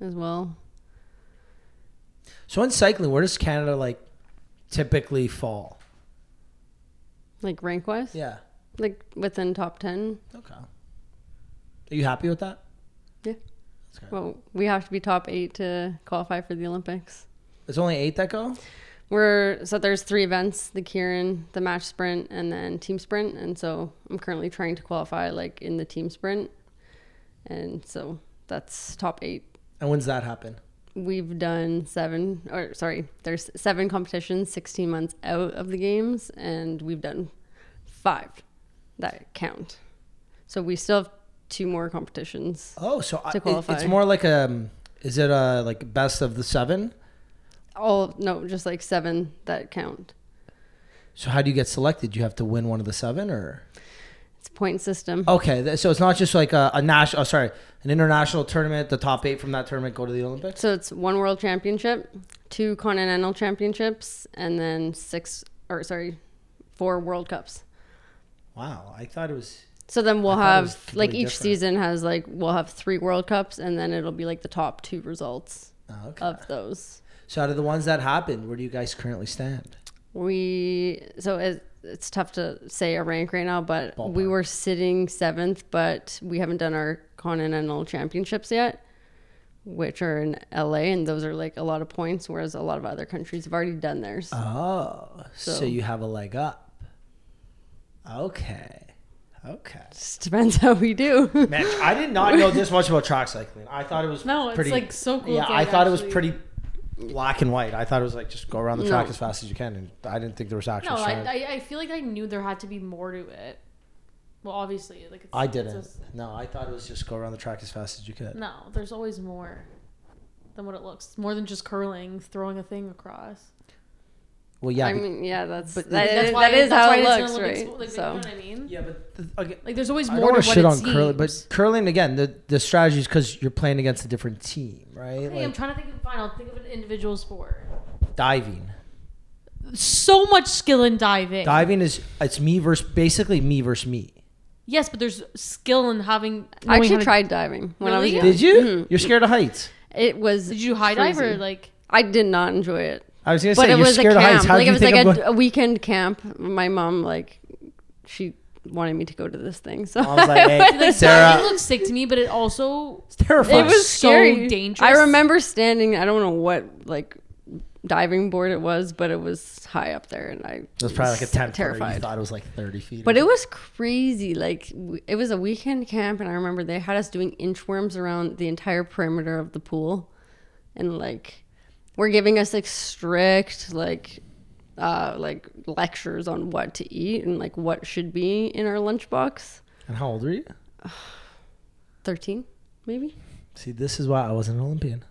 S5: as well.
S3: So in cycling, where does Canada like typically fall?
S5: Like rank wise,
S3: Yeah.
S5: like within top 10.
S3: Okay. Are you happy with that?
S5: Yeah.
S3: That's good.
S5: Well, we have to be top eight to qualify for the Olympics.
S3: There's only eight that go.
S5: We're so there's three events the Kieran, the match sprint, and then team sprint. And so I'm currently trying to qualify like in the team sprint. And so that's top eight.
S3: And when's that happen?
S5: We've done seven, or sorry, there's seven competitions 16 months out of the games, and we've done five that count. So we still have two more competitions.
S3: Oh, so I,
S5: To
S3: it- it's
S5: qualify.
S3: more like a. Is it a like best of the seven?
S5: All, no, just like seven that count.
S3: So how do you get selected? You have to win one of the seven, or
S5: It's a point system.
S3: okay. th- So it's not just like a, a national. Oh, sorry, an international tournament. The top eight from that tournament go to the Olympics.
S5: So it's one world championship, two continental championships, and then six, or sorry, four World Cups.
S3: Wow, I thought it was.
S5: So then we'll
S3: I thought it was
S5: have like
S3: completely
S5: each
S3: different.
S5: season has like we'll have three World Cups and then it'll be like the top two results
S3: Oh, okay.
S5: of those.
S3: so out of the ones that happened, where do you guys currently stand?
S5: We so it, it's tough to say a rank right now, but we
S3: Ballpark.
S5: were sitting seventh, but we haven't done our continental championships yet, which are in LA, and those are like a lot of points, whereas a lot of other countries have already done theirs.
S3: Oh, so,
S5: So-
S3: you have a leg up. Okay, okay.
S5: Just depends how we do.
S3: Man, I did not know this much about track cycling. I thought it was
S2: No, it's,
S3: pretty,
S2: like, so cool
S3: Yeah,
S2: to,
S3: I
S2: like,
S3: thought it was
S2: actually-
S3: pretty black and white. I thought it was like just go around the
S5: No.
S3: track as fast as you can, and I didn't think there was actual.
S2: No, I,
S3: strategy.
S2: I, I feel like I knew there had to be more to it. Well, obviously, like it's,
S3: I
S2: it's
S3: didn't.
S2: just-
S3: No, I thought it was just go around the track as fast as you could.
S2: no, there's always more than what it looks. It's more than just curling, throwing a thing across.
S3: Well, yeah,
S5: I
S3: be-
S5: mean, yeah, that's
S3: But-
S5: that,
S2: That's
S5: is-
S2: why
S5: that is
S2: that's
S5: how
S2: why
S5: it
S2: it's an
S5: looks,
S2: Olympic
S5: right?
S2: sport, Like,
S5: so
S2: you know what I mean?
S3: yeah, but th- okay.
S2: Like, there's always
S3: I don't
S2: more
S3: want
S2: to
S3: to
S2: what
S3: shit
S2: it
S3: on
S2: seems.
S3: curling, but curling again, the the strategy is because you're playing against a different team, right?
S2: Okay, I'm
S3: like
S2: trying to think of fine. I'll think of an individual sport.
S3: diving.
S2: So much skill in diving.
S3: Diving is it's me versus basically me versus me.
S2: yes, but there's skill in having. knowing
S5: I
S2: how
S5: actually
S2: to-
S5: tried diving when I was
S2: Really?
S5: young. Mm-hmm.
S3: Did you? You're scared of heights.
S5: It was.
S2: Did you high dive or
S5: Crazy.
S2: like?
S5: I did not enjoy it.
S3: I was gonna
S5: but
S3: say
S5: it
S3: you're
S5: was a
S3: scared of heights.
S5: camp.
S3: How
S5: Like
S3: do
S5: it
S3: you
S5: was
S3: think
S5: like
S3: I'm
S5: a,
S3: going?
S5: a weekend camp. My mom like she wanted me to go to this thing, so
S3: I was like, hey,
S2: Like diving
S3: Sarah,
S2: looks sick to me, but it also
S3: it's terrifying.
S5: it was
S2: so
S5: scary.
S2: dangerous.
S5: I remember standing. I don't know what like diving board it was, but it was high up there, and I
S3: It was probably like a ten footer. You
S5: terrified.
S3: thought it was like thirty feet.
S5: But it was crazy. Like w- it was a weekend camp, and I remember they had us doing inchworms around the entire perimeter of the pool, and like were giving us like strict like uh like lectures on what to eat and like what should be in our lunchbox.
S3: and how old were you?
S5: Thirteen, maybe.
S3: See, this is why I was an Olympian.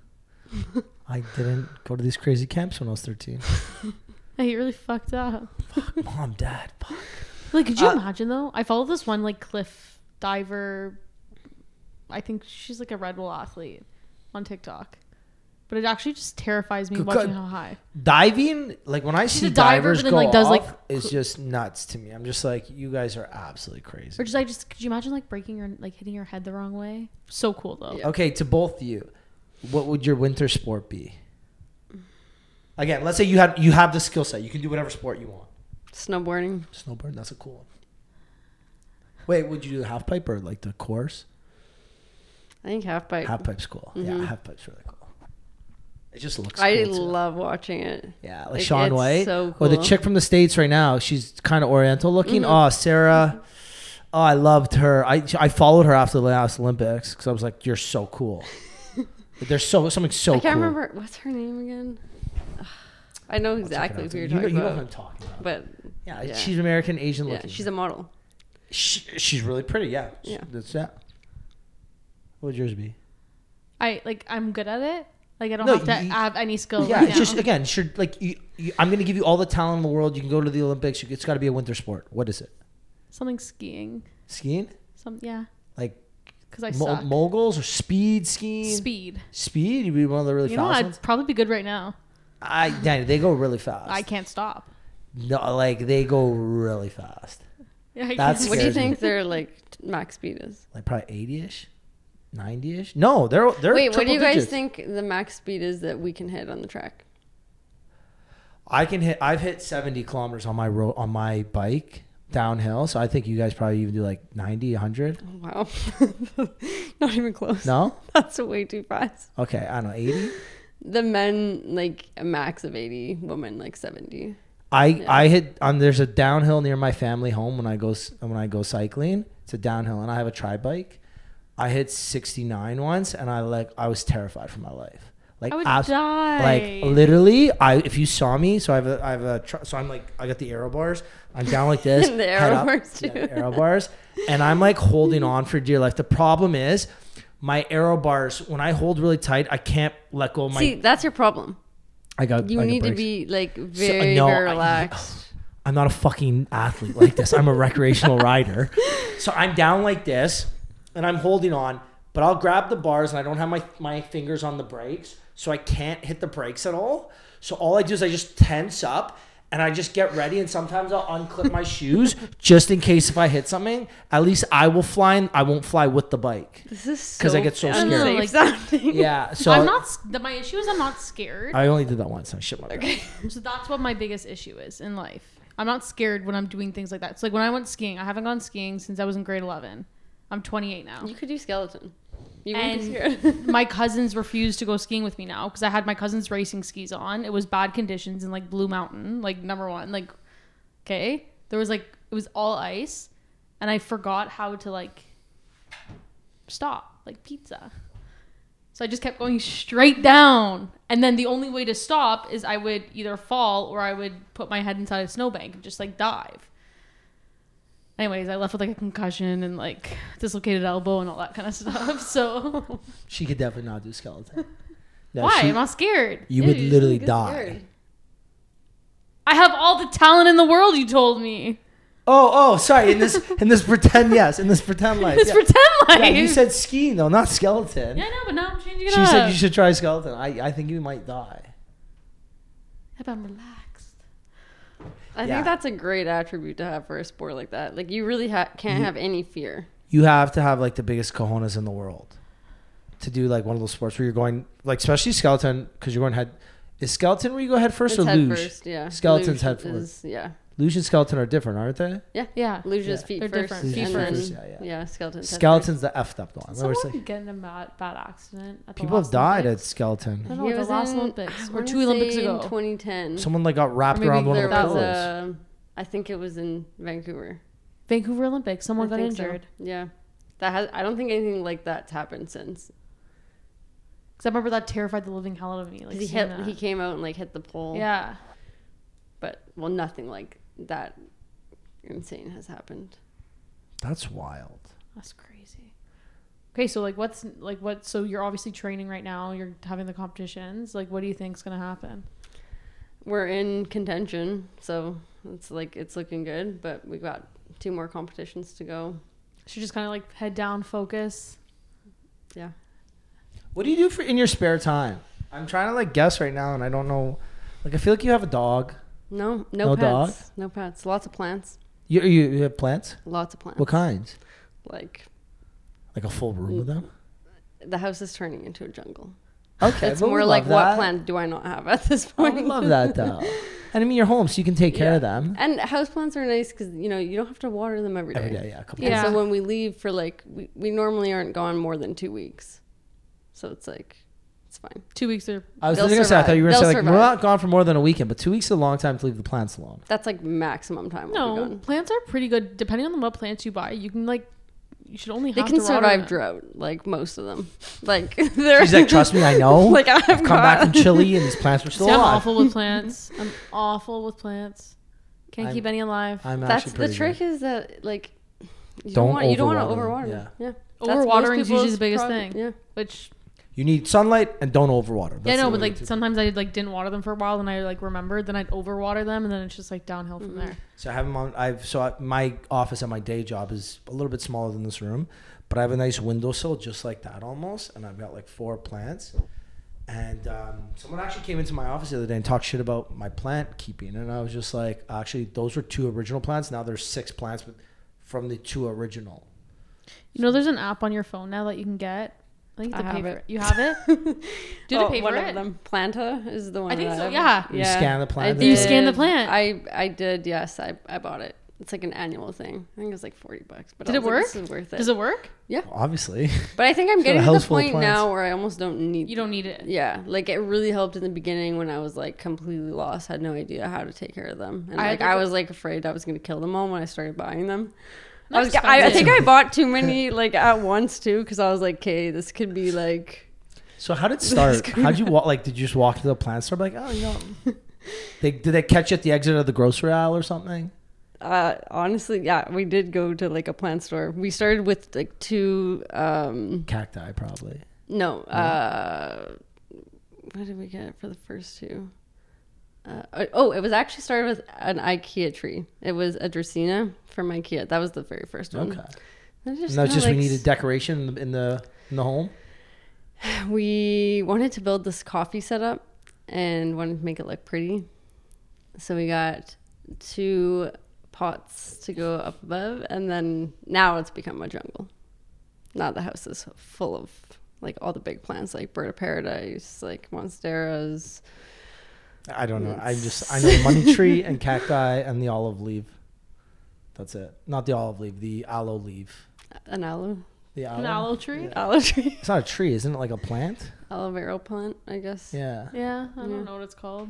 S3: I didn't go to these crazy camps when I was 13.
S2: Hey, you really fucked up.
S3: Mom, dad, fuck.
S2: Like, could
S3: Uh,
S2: you imagine though? I follow this one like cliff diver. I think she's like a Red Bull athlete on TikTok, but it actually just terrifies me
S3: Good
S2: watching
S3: God.
S2: how high.
S3: Diving, like when I see
S2: a diver,
S3: divers
S2: but then,
S3: go
S2: like, does,
S3: off,
S2: like,
S3: it's
S2: cl-
S3: just nuts to me. I'm just like, you guys are absolutely crazy.
S2: Or just I just could you imagine like breaking your like hitting your head the wrong way? So cool though.
S3: Okay, to both of you, what would your winter sport be? Again, let's say you have you have the skill set. You can do whatever sport you want.
S5: Snowboarding.
S3: Snowboard, that's a cool one. Wait, would you do half pipe or like the course?
S5: I think half bike.
S3: Half pipe's cool.
S2: Mm-hmm.
S3: Yeah, half pipe's really cool. It just looks.
S5: I
S3: cool too.
S5: love watching it.
S3: Yeah, like,
S5: Like,
S3: Sean
S5: it's
S3: White
S5: so
S3: or the
S5: cool. Mm-hmm.
S3: chick from the states right now. She's kind of Oriental looking. Oh, Sarah. Oh, I loved her. I I followed her after the last Olympics because I was like, "You're so cool." Like, There's so something so.
S5: I can't
S3: cool.
S5: remember what's her name again. I know exactly who you're
S3: You know,
S5: talking
S3: you know what I'm
S5: about,
S3: talking about.
S5: but
S3: Yeah,
S5: yeah.
S3: she's American, Asian
S5: yeah,
S3: looking.
S5: she's a model.
S3: She- she's really pretty. Yeah,
S5: Yeah.
S3: That's that. What would yours be?
S2: I like I'm good at it. Like I don't
S3: No,
S2: have to
S3: you-
S2: have any skill.
S3: yeah,
S2: right
S3: it's just
S2: now.
S3: again, should like you, you, I'm going to give you all the talent in the world. You can go to the Olympics. You, it's got to be a winter sport. What is it?
S2: something skiing.
S3: Skiing?
S2: Some yeah,
S3: Like
S2: because I
S3: mo-
S2: suck.
S3: moguls or speed skiing?
S2: Speed.
S3: Speed? You'd be one of the really
S2: You know,
S3: fast
S2: I'd
S3: ones.
S2: probably be good right now.
S3: I yeah, they go really fast.
S2: I can't stop.
S3: No, like they go really fast.
S2: Yeah, I
S3: That's
S2: can't-
S5: What do you
S3: Scares me.
S5: think their like t- max speed is?
S3: Like probably 80 ish, 90 ish. No, they're they're.
S5: Wait, what do
S3: triple
S5: you guys
S3: digits.
S5: think the max speed is that we can hit on the track?
S3: I can hit. I've hit 70 kilometers on my road on my bike downhill. So I think you guys probably even do like 90, 100.
S5: Oh, wow, not even close.
S3: No,
S5: That's way too fast.
S3: okay, I don't know 80.
S5: The men like a max of eighty, women like seventy.
S3: I I hit on there's a downhill near my family home when I go s- when I go cycling. It's a downhill, and I have a tri bike. I hit 69 once, and I like I was terrified for my life. Like
S2: I would
S3: abs-
S2: die.
S3: Like literally, I if you saw me, so I have a I have a tr- so I'm like I got the arrow bars. I'm down like this,
S5: The
S3: head
S5: arrow
S3: up,
S5: bars,
S3: yeah, the
S5: too.
S3: arrow bars, and I'm like holding on for dear life. The problem is. My arrow bars, when I hold really tight, I can't let go of my.
S5: See, that's your problem.
S3: I got.
S5: You
S3: I got
S5: need to
S3: breaks.
S5: be like very,
S3: no,
S5: very
S3: I-
S5: relaxed.
S3: I'm not a fucking athlete like this. I'm a recreational rider. So I'm down like this and I'm holding on, but I'll grab the bars and I don't have my, my fingers on the brakes. So I can't hit the brakes at all. So all I do is I just tense up and I just get ready. And sometimes I'll unclip my shoes just in case if I hit something, at least I will fly and I won't fly with the bike.
S5: This is
S3: 'Cause I get so
S5: unsafe
S2: scared. Like-
S5: sounding.
S3: Yeah. So
S2: I'm not. s- The, my issue is I'm not scared.
S3: I only did that once. I shit my okay.
S2: So that's what my biggest issue is in life. I'm not scared when I'm doing things like that. It's like when I went skiing. I haven't gone skiing since I was in grade 11. I'm 28 now.
S5: You could do skeleton. You wouldn't be
S2: And
S5: scared.
S2: my cousins refused to go skiing with me now because I had my cousins racing skis on. It was bad conditions in like Blue Mountain, like number one. Like, okay, there was like it was all ice, and I forgot how to like stop like pizza. So I just kept going straight down. And then the only way to stop is I would either fall or I would put my head inside a snowbank and just like dive. Anyways, I left with like a concussion and like dislocated elbow and all that kind of stuff. So
S3: She could definitely not do skeleton. No,
S2: why?
S3: she-
S2: am I scared?
S3: you would
S5: Dude,
S3: literally
S5: you get
S3: die.
S5: scared.
S2: I have all the talent in the world, you told me.
S3: Oh, oh, sorry. In this, in this pretend, yes, in this pretend life.
S2: It's
S3: yeah.
S2: pretend life.
S3: Yeah, you said skiing though, not skeleton.
S2: Yeah, I know, but now I'm changing it
S3: she
S2: up.
S3: said you should try skeleton. I, I think you might die.
S2: Yeah, but I'm relaxed.
S5: I
S3: Yeah.
S5: think that's a great attribute to have for a sport like that. Like you really ha-
S3: Mm-hmm.
S5: can't have any fear.
S3: You have to have like the biggest cojones in the world to do like one of those sports where you're going like especially skeleton because you're going head. Is skeleton where you go head first
S5: It's
S3: or
S5: head
S3: luge?
S5: first, yeah.
S3: Skeleton's
S5: Luge
S3: head first.
S5: is- Yeah.
S3: Luge and skeleton are different, aren't they?
S2: Yeah.
S5: Luge is
S3: Yeah.
S5: feet
S2: They're
S5: first.
S2: different.
S5: and
S2: Feet
S5: then-
S3: first, yeah, yeah.
S5: skeleton's head first.
S3: Skeleton's the effed up one. Where
S2: Someone
S3: it's like,
S2: get in a bad, bad accident. At the
S3: people have
S2: last
S3: died
S2: Olympics.
S3: at skeleton.
S2: I don't know,
S5: He
S2: the
S5: was
S2: last
S5: in-
S2: Olympics
S5: I
S2: or
S5: wanna
S2: two Olympics
S5: say in
S2: ago.
S5: 2010.
S3: Someone like got wrapped
S2: maybe
S3: around one of the
S5: there was
S3: pillows.
S5: a, I think it was in Vancouver.
S2: Vancouver Olympics. Someone
S5: I
S2: got
S5: think so.
S2: injured.
S5: Yeah. That has, I don't think anything like that's happened since.
S2: Because I remember that terrified the living hell out of me. Like
S5: Because he
S2: seeing
S5: hit,
S2: that.
S5: he came out and like hit the pole.
S2: yeah.
S5: But well, nothing like that insane has happened.
S3: That's wild.
S2: That's crazy. Okay, so like, what's like what? So you're obviously training right now. You're having the competitions. Like, what do you think's gonna happen?
S5: We're in contention, so it's like it's looking good. But we got two more competitions to go.
S2: Should just kind of like head down, focus.
S5: Yeah.
S3: What do you do for in your spare time? I'm trying to like guess right now, and I don't know. Like I feel like you have a dog.
S5: No, no,
S3: No dog?
S5: pets. No pets. Lots of plants.
S3: You you, you have plants?
S5: Lots of plants.
S3: What kinds?
S5: Like
S3: Like a full room of them?
S5: the house is turning into a jungle.
S3: Okay,
S5: it's
S3: but we
S5: more
S3: love
S5: like
S3: that.
S5: what plant do I not have at this
S3: I
S5: point?
S3: would love that though. And I mean, you're home, so you can take care of
S5: Yeah.
S3: them
S5: And houseplants are nice because you know you don't have to water them every day.
S3: every day. Yeah, a couple
S5: And
S2: Yeah.
S5: so when we leave for like we, we normally aren't gone more than two weeks, so it's like it's fine.
S2: Two weeks or
S3: I was
S5: They'll
S3: going to say, I thought you were going to
S5: survive.
S3: say like
S5: They'll
S3: we're
S5: survive.
S3: not gone for more than a weekend, but two weeks is a long time to leave the plants alone.
S5: That's like maximum time. we'll be
S2: no.
S5: gone.
S2: Plants are pretty good. Depending on what plants you buy, you can like. You should only.
S5: They
S2: have
S5: can
S2: to water
S5: survive
S2: them.
S5: drought, like most of them. Like they're
S3: She's like, trust me, I know.
S5: Like,
S3: I've
S5: I've
S3: come back from Chile, and these plants are still
S2: See, I'm
S3: alive.
S2: awful with plants. I'm awful with plants. Can't
S3: I'm-
S2: keep any alive.
S3: I'm
S5: That's
S3: actually
S5: the
S3: pretty
S5: trick
S3: good.
S5: is that like you don't,
S3: Don't
S5: want you don't want to
S3: overwater
S5: overwater.
S3: them,
S5: them. Yeah. That's most
S2: Overwatering is usually
S5: people's
S2: the biggest
S5: problem.
S2: thing.
S5: Yeah.
S2: Which
S3: You need sunlight and don't overwater.
S2: Yeah,
S3: That's
S2: no,
S3: the
S2: but
S3: only
S2: like
S3: two-
S2: sometimes I like didn't water them for a while, and I like remembered, then I'd overwater them, and then it's just like downhill from there.
S3: So I have them on. I've so I, my office at my day job is a little bit smaller than this room, but I have a nice windowsill just like that almost, and I've got like four plants. And um, someone actually came into my office the other day and talked shit about my plant keeping, and I was just like, actually, those were two original plants. Now there's six plants with, from the two original.
S2: You know, there's an app on your phone now that you can get. I think you have to
S5: I
S2: pay
S5: have
S2: for
S5: it.
S2: it. You have it? Do they
S5: Oh,
S2: pay for
S5: one
S2: it?
S5: of them. Planta is the one.
S2: I think
S5: that
S2: so,
S5: I've-
S2: yeah.
S3: You scan the
S5: I
S3: plant?
S2: You scan the
S5: did.
S2: plant.
S5: I I did. Yes, I I bought it. It's like an annual thing. I think it was like forty bucks. But
S2: Did
S5: I
S2: it
S5: was like,
S2: work?
S5: this is worth it.
S2: Does it work?
S3: Obviously,
S5: But I think I'm getting to
S3: house
S5: the
S3: full of
S5: point
S3: plants.
S5: now where I almost don't need.
S2: You don't need it.
S5: Yeah, like it really helped in the beginning when I was like completely lost, had no idea how to take care of them, and
S2: I
S5: like
S2: look
S5: I
S2: at-
S5: was like afraid I was gonna kill them all when I started buying them.
S2: Not
S5: I was, I, I
S2: expensive.
S5: think I bought too many like at once too, because I was like, okay, this could be like.
S3: So how did it start? how would you walk? Like, did you just walk to the plant store? Like, oh, you know, they did they catch you at the exit of the grocery aisle or something?
S5: Uh, honestly, yeah, we did go to like a plant store. We started with like two. Um,
S3: Cacti, probably.
S5: No. Uh, what did we get for the first two? Uh, oh, it was actually started with an IKEA tree. It was a Dracaena from IKEA. That was the very first one.
S3: Okay.
S5: And it
S3: And that's
S5: kinda
S3: just we
S5: like-
S3: needed decoration in the in the, in the home.
S5: we wanted to build this coffee setup and wanted to make it look pretty. So we got two pots to go up above, and then now it's become a jungle. Now the house is full of like all the big plants, like bird of paradise, like monsteras.
S3: I don't know. I just I know money tree and cacti and the olive leaf. That's it. Not the olive leaf. The aloe leaf.
S5: An aloe,
S3: The aloe.
S2: An aloe tree?
S5: aloe tree,
S3: It's not a tree, isn't it? Like a plant.
S5: aloe vera plant, I guess.
S3: Yeah.
S2: Yeah, I
S5: Yeah.
S2: don't know what it's called.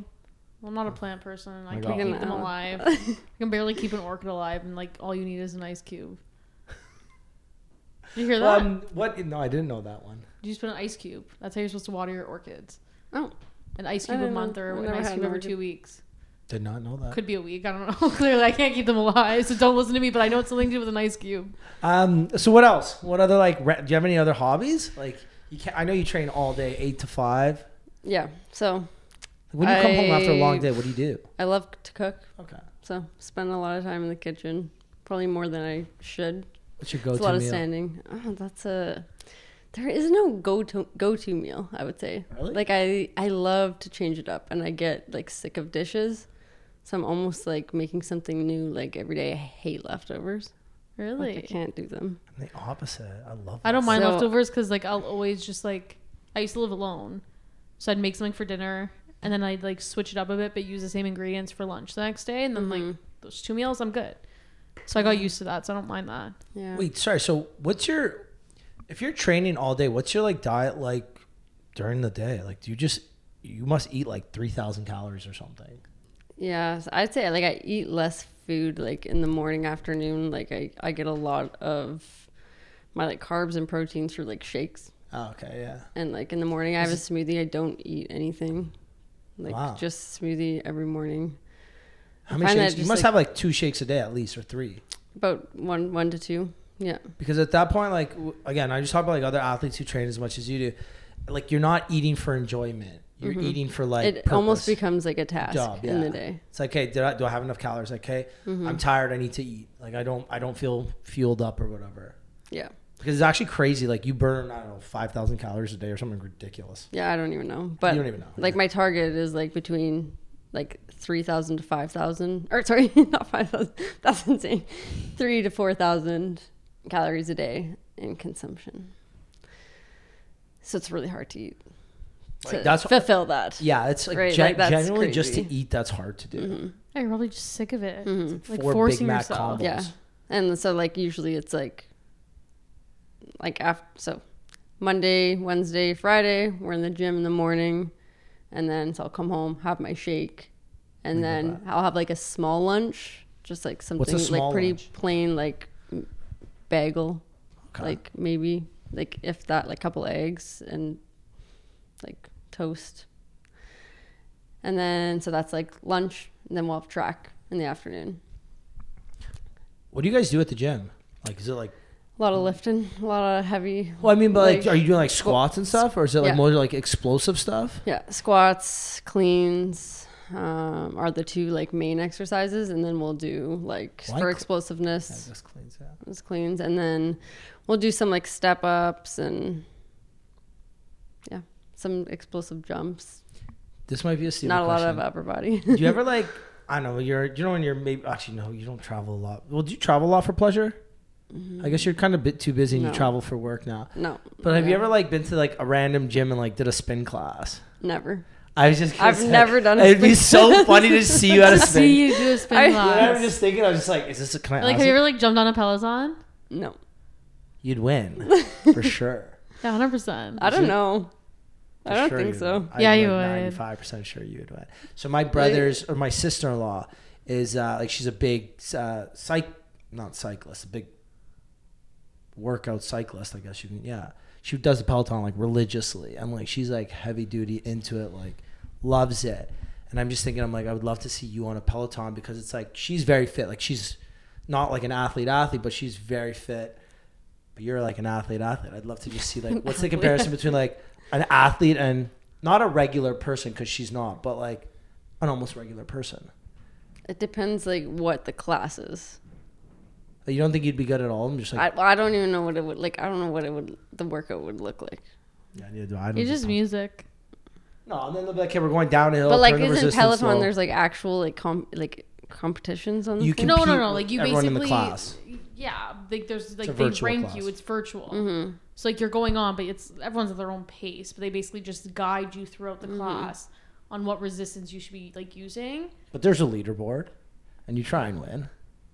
S2: I'm not a plant person. and I
S3: Like
S2: can't
S3: an
S2: keep them
S5: aloe.
S2: alive. I can barely keep an orchid alive, and like all you need is an ice cube. Did you hear that?
S3: Um. What? No, I didn't know that one.
S2: you just put an ice cube. That's how you're supposed to water your orchids.
S5: Oh,
S2: An ice
S5: I
S2: cube a
S5: don't know.
S2: month or
S5: I've
S2: an
S5: never
S2: ice
S5: had
S2: cube
S5: an
S2: every
S5: orchid.
S2: two weeks.
S3: Did not know that.
S2: Could be a week. I don't know. Clearly, I can't keep them alive, so don't listen to me. But I know it's something to do with an ice cube.
S3: Um. So what else? What other like? Re- do you have any other hobbies? Like you can not I know you train all day, eight to five.
S5: yeah. So
S3: When you come home after a long
S5: I-
S3: day, what do you do?
S5: I love to cook,
S3: Okay.
S5: so spend a lot of time in the kitchen, probably more than I should.
S3: What's your go-to
S5: It's a lot
S3: meal?
S5: of standing. Oh, that's a. There is no go to go to meal. I would say.
S3: Really?
S5: Like I I love to change it up, and I get like sick of dishes, so I'm almost like making something new like every day. I hate leftovers. Like, I
S2: Really?
S5: can't do them.
S3: I'm the opposite. I love.
S2: I don't mind
S5: So-
S2: leftovers because like I'll always just like I used to live alone, so I'd make something for dinner and then I'd like switch it up a bit but use the same ingredients for lunch the next day and then like
S3: Mm-hmm.
S2: those two meals I'm good. So I got used to that, so I don't mind that.
S5: Yeah.
S3: Wait, sorry. So, what's your if you're training all day? What's your like diet like during the day? Like, do you just you must eat like three thousand calories or something?
S5: Yeah, so I'd say like I eat less food like in the morning, afternoon. Like I I get a lot of my like carbs and proteins through like shakes.
S3: Oh, okay, yeah.
S5: And like in the morning, I have a smoothie. I don't eat anything. Like
S3: Wow.
S5: just smoothie every morning.
S3: How many
S5: find that
S3: shakes? You
S5: just,
S3: must
S5: like-
S3: have like two shakes a day at least, or three.
S5: About one one to two. Yeah.
S3: Because at that point, like w- again, I just talk about like other athletes who train as much as you do. Like, you're not eating for enjoyment. You're eating for like
S5: Mm-hmm. it almost
S3: purpose.
S5: becomes like a task
S3: Job,
S5: in
S3: yeah.
S5: the day. Mm-hmm.
S3: It's like, hey, did I, do I have enough calories? Like, hey, I'm tired. I need to eat. Like, I don't, I don't feel fueled up or whatever.
S5: Yeah.
S3: Because it's actually crazy. Like, you burn, I don't know, five thousand calories a day or something ridiculous.
S5: Yeah, I don't even know. But
S3: don't even know,
S5: Like
S3: yeah.
S5: my target is like between like three thousand to five thousand, or sorry, not five thousand. That's insane. Three to four thousand calories a day in consumption. So it's really hard to eat. To
S3: Like, that's-
S5: fulfill that.
S3: Yeah, it's like,
S5: Right,
S3: gen-
S5: like, that's
S3: generally just to
S5: crazy. Mm-hmm.
S3: eat that's hard to do.
S2: Yeah, You're probably just sick of it. Like
S3: Four Big
S2: forcing
S3: Mac
S2: yourself.
S3: combos.
S5: Yeah. And so like usually it's like like after so Monday, Wednesday, Friday, we're in the gym in the morning and then so I'll come home, have my shake, and then I'll have like a small lunch, just like
S3: a
S5: something
S3: small
S5: like pretty
S3: lunch?
S5: plain like m- bagel,
S3: Okay.
S5: like maybe like if that like couple eggs and like toast. And then so that's like lunch, and then we'll have track in the afternoon.
S3: What do you guys do at the gym? Like, is it like
S5: A lot of lifting, a lot of heavy.
S3: Well, I mean, but like,
S5: Like-
S3: are you doing like squats and stuff, or is it like
S5: Yeah.
S3: more like explosive stuff?
S5: Yeah, squats, cleans um, are the two like main exercises, and then we'll do like
S3: Why
S5: for
S3: cl-
S5: explosiveness,
S3: just cleans out.
S5: is cleans, and then we'll do some like step ups and yeah, some explosive jumps.
S3: This might be a stupid
S5: Not a lot
S3: question.
S5: of uh, upper body.
S3: Do you ever like? I don't know. You're. You know when you're maybe. Actually, no. You don't travel a lot. Well, do you travel a lot for pleasure? I guess you're kind of a bit too busy and you
S5: Mm-hmm. No.
S3: travel for work now.
S5: no,
S3: But have you
S5: Yeah.
S3: ever like been to like a random gym and like did a spin class?
S5: never.
S3: I was just. gonna
S5: I've
S3: say,
S5: never done a
S3: It'd be
S5: spin
S3: so
S5: class.
S3: funny to see you at a
S2: to
S3: spin.
S2: see you do a spin
S5: I-
S3: I was
S2: class.
S3: just thinking. I was just like, is this a kind of
S2: Like, have you ever like jumped on a Peloton?
S5: No,
S3: You'd win for sure.
S2: Yeah, hundred percent.
S5: I
S3: Is
S5: don't
S3: it-
S5: know. I
S3: For
S5: don't
S3: sure
S5: think
S3: you
S5: so.
S2: Yeah, you would.
S3: Ninety-five percent sure you would. win. So my brother's or my sister-in-law is uh, like she's a big uh, cyc, not cyclist, a big workout cyclist. I guess you can. Yeah, she does the peloton like religiously. I'm like she's like heavy duty into it, like loves it. And I'm just thinking, I'm like, I would love to see you on a peloton because it's like she's very fit. Like she's not like an athlete athlete, but she's very fit. But you're like an athlete athlete. I'd love to just see like what's the comparison between like an athlete and not a regular person because she's not, but like an almost regular person.
S5: It depends like what the class is.
S3: Like, you don't think you'd be good at all? I'm just like,
S5: I, I don't even know what it would like. I don't know what it would the workout would look like.
S3: yeah, neither do I. I don't
S2: You're
S3: do
S2: just
S3: pump-
S2: music.
S3: No, and then they'll be like, okay, we're going downhill.
S5: But like,
S3: turn the
S5: isn't
S3: resistance
S5: Peloton?
S3: slow."
S5: There's like actual like com- like competitions on.
S3: You
S5: the thing?
S2: No, no,
S3: compete
S2: no.
S3: with
S2: Like you
S3: everyone
S2: basically,
S3: in the class.
S2: yeah. Like there's
S3: a
S2: like they
S3: virtual
S2: rank
S3: class.
S2: you. It's virtual. So like you're going on, but it's everyone's at their own pace. But they basically just guide you throughout the class on what resistance you should be like using.
S3: But there's a leaderboard, and you try and win.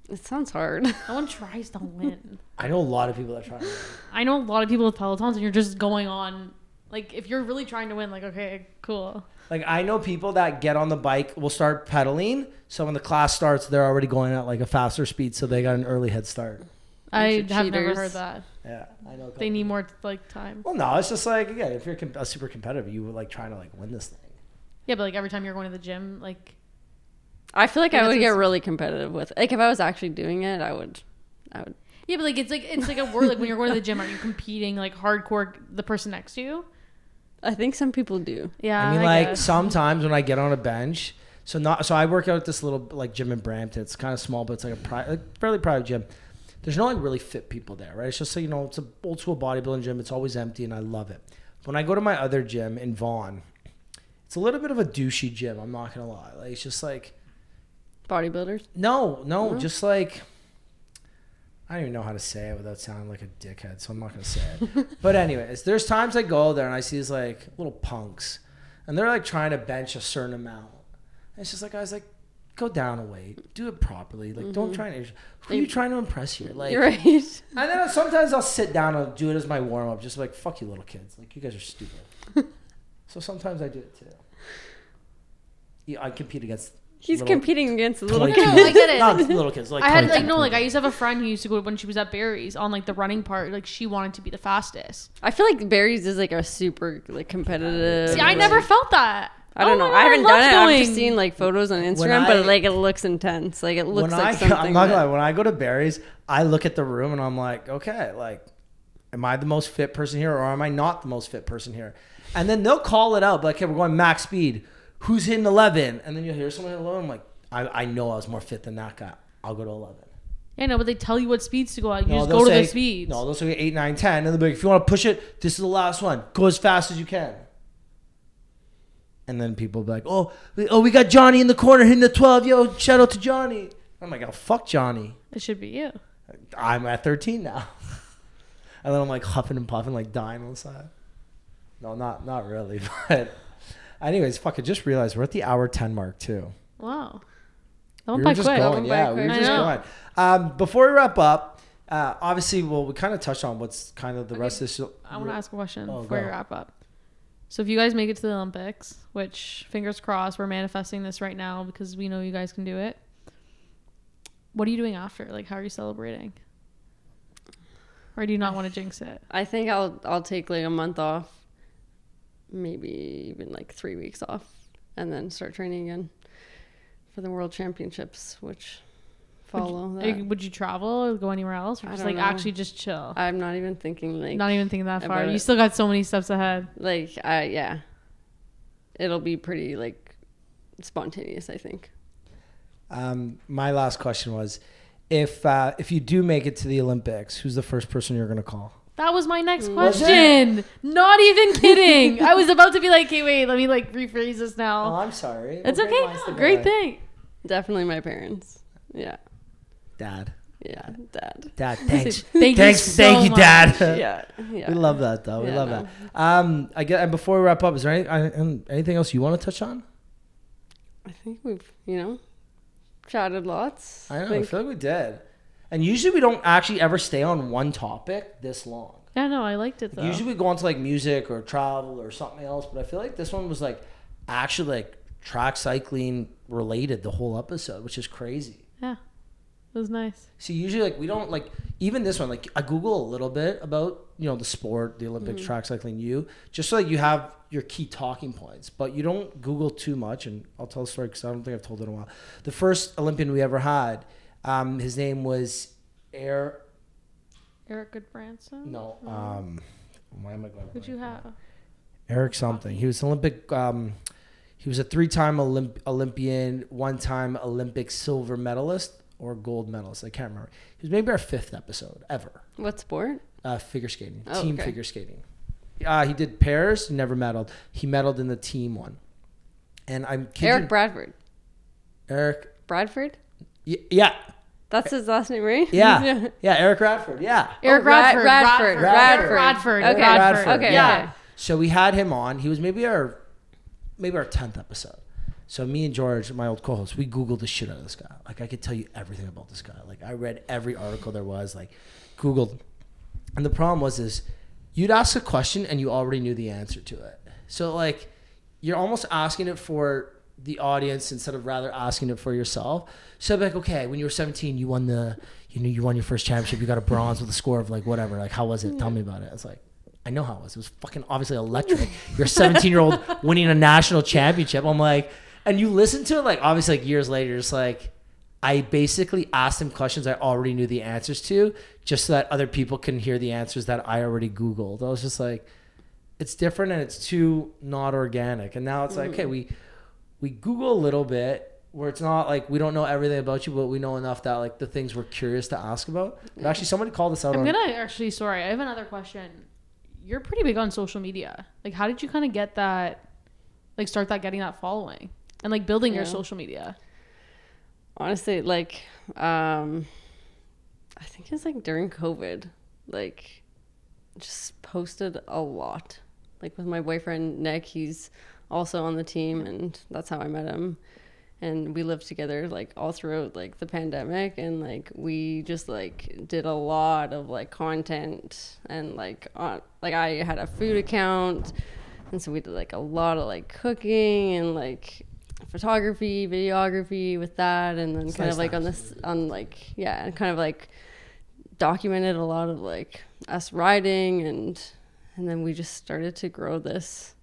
S5: It sounds hard.
S2: No one tries to win.
S3: I know a lot of people that try. And win.
S2: I know a lot of people with pelotons, and you're just going on. Like if you're really trying to win, like okay, cool.
S3: Like I know people that get on the bike, will start pedaling. So when the class starts, they're already going at like a faster speed, so they got an early head start.
S2: I
S5: Bunch of
S2: have never
S5: cheaters.
S2: heard that.
S3: Yeah, I know. a
S2: They
S3: couple.
S2: need more like time.
S3: Well, no, it's just like again, if you're com- a super competitive, you would like trying to like win this thing.
S2: Yeah, but like every time you're going to the gym, like
S5: I feel like
S2: Yeah,
S5: I would
S2: that's
S5: get
S2: what's-
S5: really competitive with. Like if I was actually doing it, I would. I would.
S2: yeah, but like it's like it's like a word. Like when you're going to the gym, are you competing like hardcore the person next to you?
S5: I think some people do.
S2: Yeah,
S3: I mean, like
S2: guess.
S3: sometimes when I get on a bench, so not so I work out at this little like gym in Brampton. It's kind of small, but it's like a pri- like, fairly private gym. There's no like really fit people there, right? It's just so you know, it's an old school bodybuilding gym. It's always empty, and I love it. When I go to my other gym in Vaughan, it's a little bit of a douchey gym. I'm not gonna lie. Like it's just like
S5: Bodybuilders.
S3: no, no, just like I don't even know how to say it without sounding like a dickhead, so I'm not gonna say it. but anyways, there's times I go there and I see these like little punks, and they're like trying to bench a certain amount. And it's just like I was like, go down a weight, do it properly. Like, don't try and who are you trying to impress here? Like,
S5: You're right.
S3: and then sometimes I'll sit down and do it as my warm up, just like fuck you, little kids. Like you guys are stupid. so sometimes I do it too. Yeah, I compete against
S5: He's
S3: Little-
S5: competing against little
S3: 20
S5: kids.
S2: No, no, I get it.
S3: Not little kids. Like
S2: I had
S3: 22,
S2: like no like I
S3: 23.
S2: used to have a friend who used to go when she was at Barry's on like the running part. Like she wanted to be the fastest.
S5: I feel like Barry's is like a super like competitive.
S2: See, I never felt that.
S5: I don't
S2: Oh my
S5: know.
S2: God,
S5: I haven't
S2: love
S5: done it. I've just
S2: going.
S5: seen like photos on Instagram,
S3: I-
S5: but like it looks intense. Like it looks
S3: when
S5: like
S3: I,
S5: something.
S3: I'm not
S5: that-
S3: gonna lie, when I go to Barry's, I look at the room and I'm like, okay, like, am I the most fit person here or am I not the most fit person here? And then they'll call it out, like, okay, we're going max speed. Who's hitting 11? And then you'll hear someone hit 11. I'm like, I, I know I was more fit than that guy. I'll go to 11.
S2: Yeah, no, but they tell you what speeds to go at. You
S3: No,
S2: just
S3: they'll
S2: go to
S3: say-
S2: the speeds.
S3: No, they'll say 8, 9, 10. And they'll be like, if you want to push it, this is the last one. Go as fast as you can. And then people be like, oh, we- oh, we got Johnny in the corner hitting the 12. Yo, shout out to Johnny. I'm like, oh, fuck Johnny.
S2: It should be you.
S3: I'm at 13 now. and then I'm like huffing and puffing, like dying on the side. No, not not really. But anyways, fuck, I just realized we're at the hour 10 mark too.
S2: Wow. That went
S3: we
S2: by
S3: were just
S2: quick.
S3: going.
S5: went by
S3: Yeah, we were
S5: quick.
S2: I
S3: just going.
S2: know.
S3: Um, before we wrap up, uh, obviously, well, we kind of touched on what's kind of the
S2: Okay,
S3: rest of this.
S2: I want to ask a question
S3: Oh,
S2: before
S3: go.
S2: we wrap up. So, if you guys make it to the Olympics, which fingers crossed, we're manifesting this right now because we know you guys can do it. What are you doing after? Like, how are you celebrating? Or do you not want to jinx it?
S5: I think I'll I'll take like a month off, maybe even like three weeks off, and then start training again for the World Championships, which follow
S2: Like,
S5: that.
S2: would you travel or go anywhere else, or
S5: I
S2: just
S5: don't
S2: like
S5: know.
S2: actually just chill?
S5: I'm not even thinking like
S2: Not even thinking that far.
S5: about
S2: You
S5: it.
S2: still got so many steps ahead.
S5: like I yeah. It'll be pretty like spontaneous, I think.
S3: Um, my last question was, if uh, if you do make it to the Olympics, who's the first person you're gonna call?
S2: That was my next
S5: Mm.
S3: Was it?
S2: question. Not even kidding. I was about to be like, "Okay, wait, let me like rephrase this now."
S3: I'm sorry.
S2: Oh, it's okay. Great thing.
S5: Definitely my parents. Yeah.
S3: Dad.
S5: Yeah. Dad.
S3: Dad, thanks.
S2: Thank
S3: thanks,
S2: you so
S3: thank you,
S2: much.
S3: Dad.
S5: Yeah. Yeah.
S3: We love that though. We
S5: Yeah,
S3: love
S5: no.
S3: that. Um, I get. And before we wrap up, is there any, I- um, anything else you want to touch on?
S5: I think we've you know chatted lots.
S3: I know. I
S5: Think-
S3: feel like we did. And usually we don't actually ever stay on one topic this long.
S2: Yeah, no, I liked it though.
S3: Usually we go on to like music or travel or something else, but I feel like this one was like actually like track cycling related the whole episode, which is crazy.
S2: yeah, it was nice.
S3: So usually like we don't like even this one like I google a little bit about you know the sport, the Olympics,
S2: Mm-hmm.
S3: track cycling, you just so like you have your key talking points, but you don't Google too much. And I'll tell a story because I don't think I've told it in a while. The first Olympian we ever had, um, his name was Air.
S2: Eric Goodbranson.
S3: No, um, why am I going?
S2: Mm-hmm. Who'd you have?
S3: Eric something. He was Olympic. Um, he was a three-time Olymp- Olympian, one-time Olympic silver medalist or gold medalist. I can't remember. He was maybe our fifth episode ever.
S5: What sport?
S3: Uh, figure skating,
S5: Oh,
S3: team
S5: okay.
S3: figure skating. Uh, he did pairs, never medaled. He medaled in the team one. And I'm kidding.
S5: Eric Bradford.
S3: Eric.
S5: Bradford?
S3: y- Yeah,
S5: That's his last name, right?
S3: yeah, yeah. Eric Radford. Yeah.
S2: Oh, Eric
S5: Oh, Ra-
S2: Radford.
S5: Radford,
S2: Radford.
S5: Radford.
S2: Radford.
S5: Okay.
S2: Radford.
S5: Radford,
S2: Yeah.
S5: okay.
S3: So we had him on. He was maybe our maybe our tenth episode. So me and George, my old co-host, we googled the shit out of this guy. Like I could tell you everything about this guy. Like I read every article there was. Like googled, and the problem was is you'd ask a question and you already knew the answer to it. So like you're almost asking it for the audience instead of rather asking it for yourself. So like, okay, when you were 17, you won the, you know, you won your first championship. You got a bronze with a score of like whatever. Like, how was it? Tell me about it. It's like, I know how it was. It was fucking obviously electric. You're a 17 year old winning a national championship. I'm like, and you listen to it like obviously like years later, it's like. I basically asked him questions I already knew the answers to, just so that other people can hear the answers that I already Googled. I was just like, it's different and it's too not organic. And now it's like,
S5: Hmm.
S3: okay, we we Google a little bit where it's not like we don't know everything about you, but we know enough that like the things we're curious to ask about. But actually, somebody called us out on.
S2: I'm gonna actually. Sorry, I have another question. You're pretty big on social media. Like, how did you kind of get that? Like, start that getting that following and like building your
S5: Yeah.
S2: social media.
S5: Honestly, like um I think it's like during COVID, like just posted a lot. Like with my boyfriend Nick, he's also on the team and that's how I met him. And we lived together like all throughout like the pandemic and like we just like did a lot of like content and like on like I had a food account and so we did like a lot of like cooking and like photography, videography with that and then kind
S3: nice
S5: of
S3: to
S5: like
S3: have
S5: on this on like yeah, and kind of like documented a lot of like us riding and and then we just started to grow this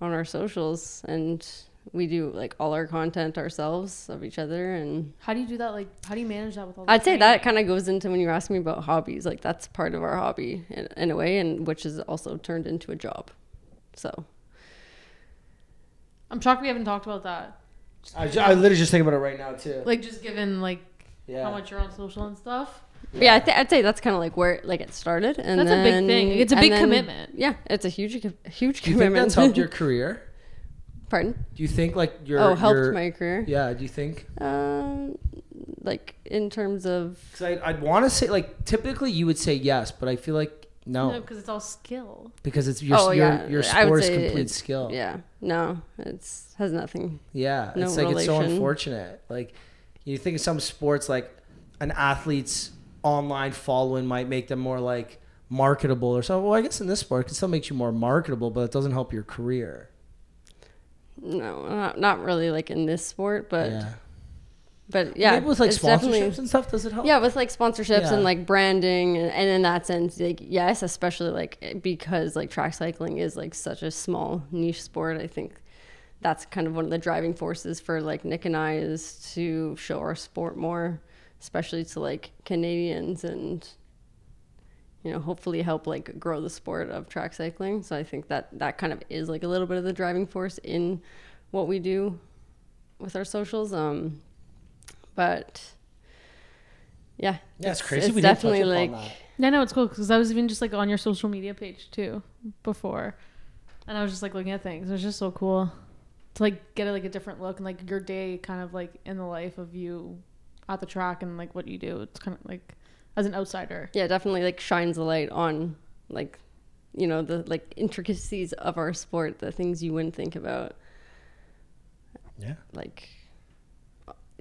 S5: on our socials and we do like all our content ourselves of each other and
S2: How do you do that? Like, how do you manage that with all? the
S5: I'd say
S2: training?
S5: that kind of goes into when you ask me about hobbies like that's part of our hobby in, in a way and which is also turned into a job so
S2: I'm shocked we haven't talked about that.
S3: I, ju- I literally just think about it right now too.
S2: Like, just given like
S3: yeah.
S2: how much you're on social and stuff.
S5: yeah, I th- I'd say that's kind of like where like it started and
S2: That's a big
S5: then-
S2: thing. It's a
S5: and
S2: big
S5: then-
S2: commitment.
S5: yeah it's a huge co- huge
S3: do you think
S5: commitment
S3: that's helped your career?
S5: pardon
S3: Do you think like your
S5: oh helped
S3: your-
S5: my career
S3: yeah? Do you think?
S5: um like in terms of
S3: Because I I'd want to say like typically you would say yes, but I feel like no,
S2: No, because it's all skill.
S3: because it's your
S5: Oh,
S3: your
S5: yeah.
S3: your
S5: I would
S3: sport's
S5: say
S3: complete
S5: it's-
S3: skill.
S5: Yeah. No, it's has nothing.
S3: Yeah,
S5: No
S3: it's like it's so
S5: relation.
S3: unfortunate. Like you think of some sports, like an athlete's online following might make them more like marketable or something. Well, I guess in this sport, it still makes you more marketable, but it doesn't help your career.
S5: No, not, not really like in this sport, but
S3: yeah,
S5: but yeah,
S3: Maybe with like
S5: it's
S3: sponsorships
S5: definitely-
S3: and stuff, does it help?
S5: Yeah, with like sponsorships
S3: Yeah.
S5: and like branding, and, and in that sense, like yes, especially like because like track cycling is like such a small niche sport. I think that's kind of one of the driving forces for like Nick and I is to show our sport more especially to like Canadians and you know hopefully help like grow the sport of track cycling. So I think that that kind of is like a little bit of the driving force in what we do with our socials. Um, but yeah,
S3: Yeah, it's crazy we didn't touch upon that.
S2: Yeah, no, it's cool because I was even just like on your social media page too before, and I was just like looking at things. It was just so cool to like get a, like a different look and like your day kind of like in the life of you at the track and like what you do. It's kind of like as an outsider.
S5: yeah, definitely like shines a light on like you know the like intricacies of our sport, the things you wouldn't think about.
S3: Yeah.
S5: Like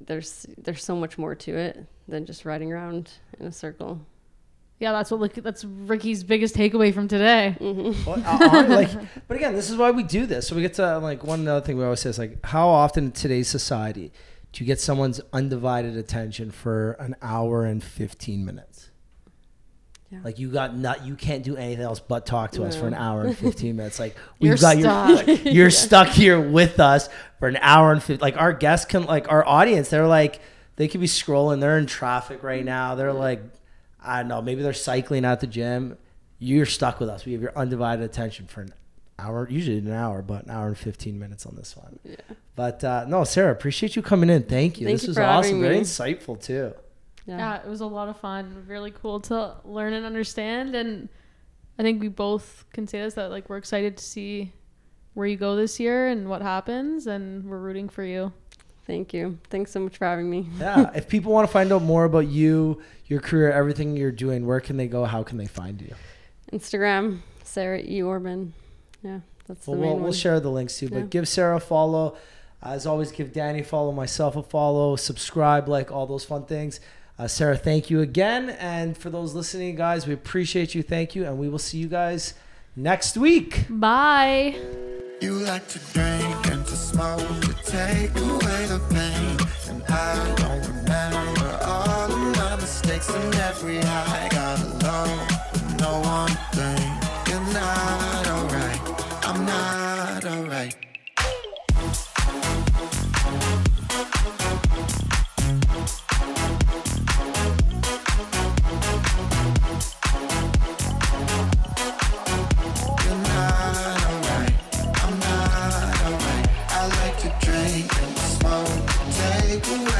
S5: there's there's so much more to it than just riding around in a circle.
S2: Yeah, that's what look that's Ricky's biggest takeaway from today.
S3: Well, uh, hon- like, but again, this is why we do this. So we get to uh, like one other thing we always say is like, how often in today's society do you get someone's undivided attention for an hour and fifteen minutes?
S5: Yeah.
S3: Like you got not you can't do anything else but talk to us for an hour and fifteen minutes. Like we've
S2: You're
S3: got
S2: stuck.
S3: your you're stuck here with us for an hour and fifteen. Like our guests can like our audience, they're like they could be scrolling. They're in traffic right now. They're like I don't know. Maybe they're cycling at the gym. You're stuck with us. We have your undivided attention for an hour, usually an hour, but an hour and fifteen minutes on this one. Yeah. But uh, no, Sarah, appreciate you coming in. Thank you.
S5: Thank
S3: this
S5: you
S3: was
S5: for
S3: awesome.
S5: having
S3: Very
S5: me.
S3: insightful too.
S5: Yeah.
S2: Yeah, it was a lot of fun. Really cool to learn and understand. And I think we both can say this that like we're excited to see where you go this year and what happens, and we're rooting for you.
S5: Thank you. Thanks so much for having me.
S3: Yeah. if people want to find out more about you, your career, everything you're doing, where can they go? How can they find you?
S5: Instagram, Sarah E. Orban. Yeah, that's
S3: Well,
S5: the main
S3: we'll,
S5: one.
S3: we'll share the links too. But
S5: Yeah.
S3: give Sarah a follow. As always, give Danny a follow, myself a follow, subscribe, like all those fun things. Uh, Sarah, thank you again. And for those listening, guys, we appreciate you. Thank you. And we will see you guys next week.
S2: Bye.
S4: You like to drink and to smoke to take away the pain. And I don't remember all of my mistakes and every high. Got alone with no one thing. You're not alright. I'm not alright. You're not alright. I'm not alright. I like to drink and smoke, take away.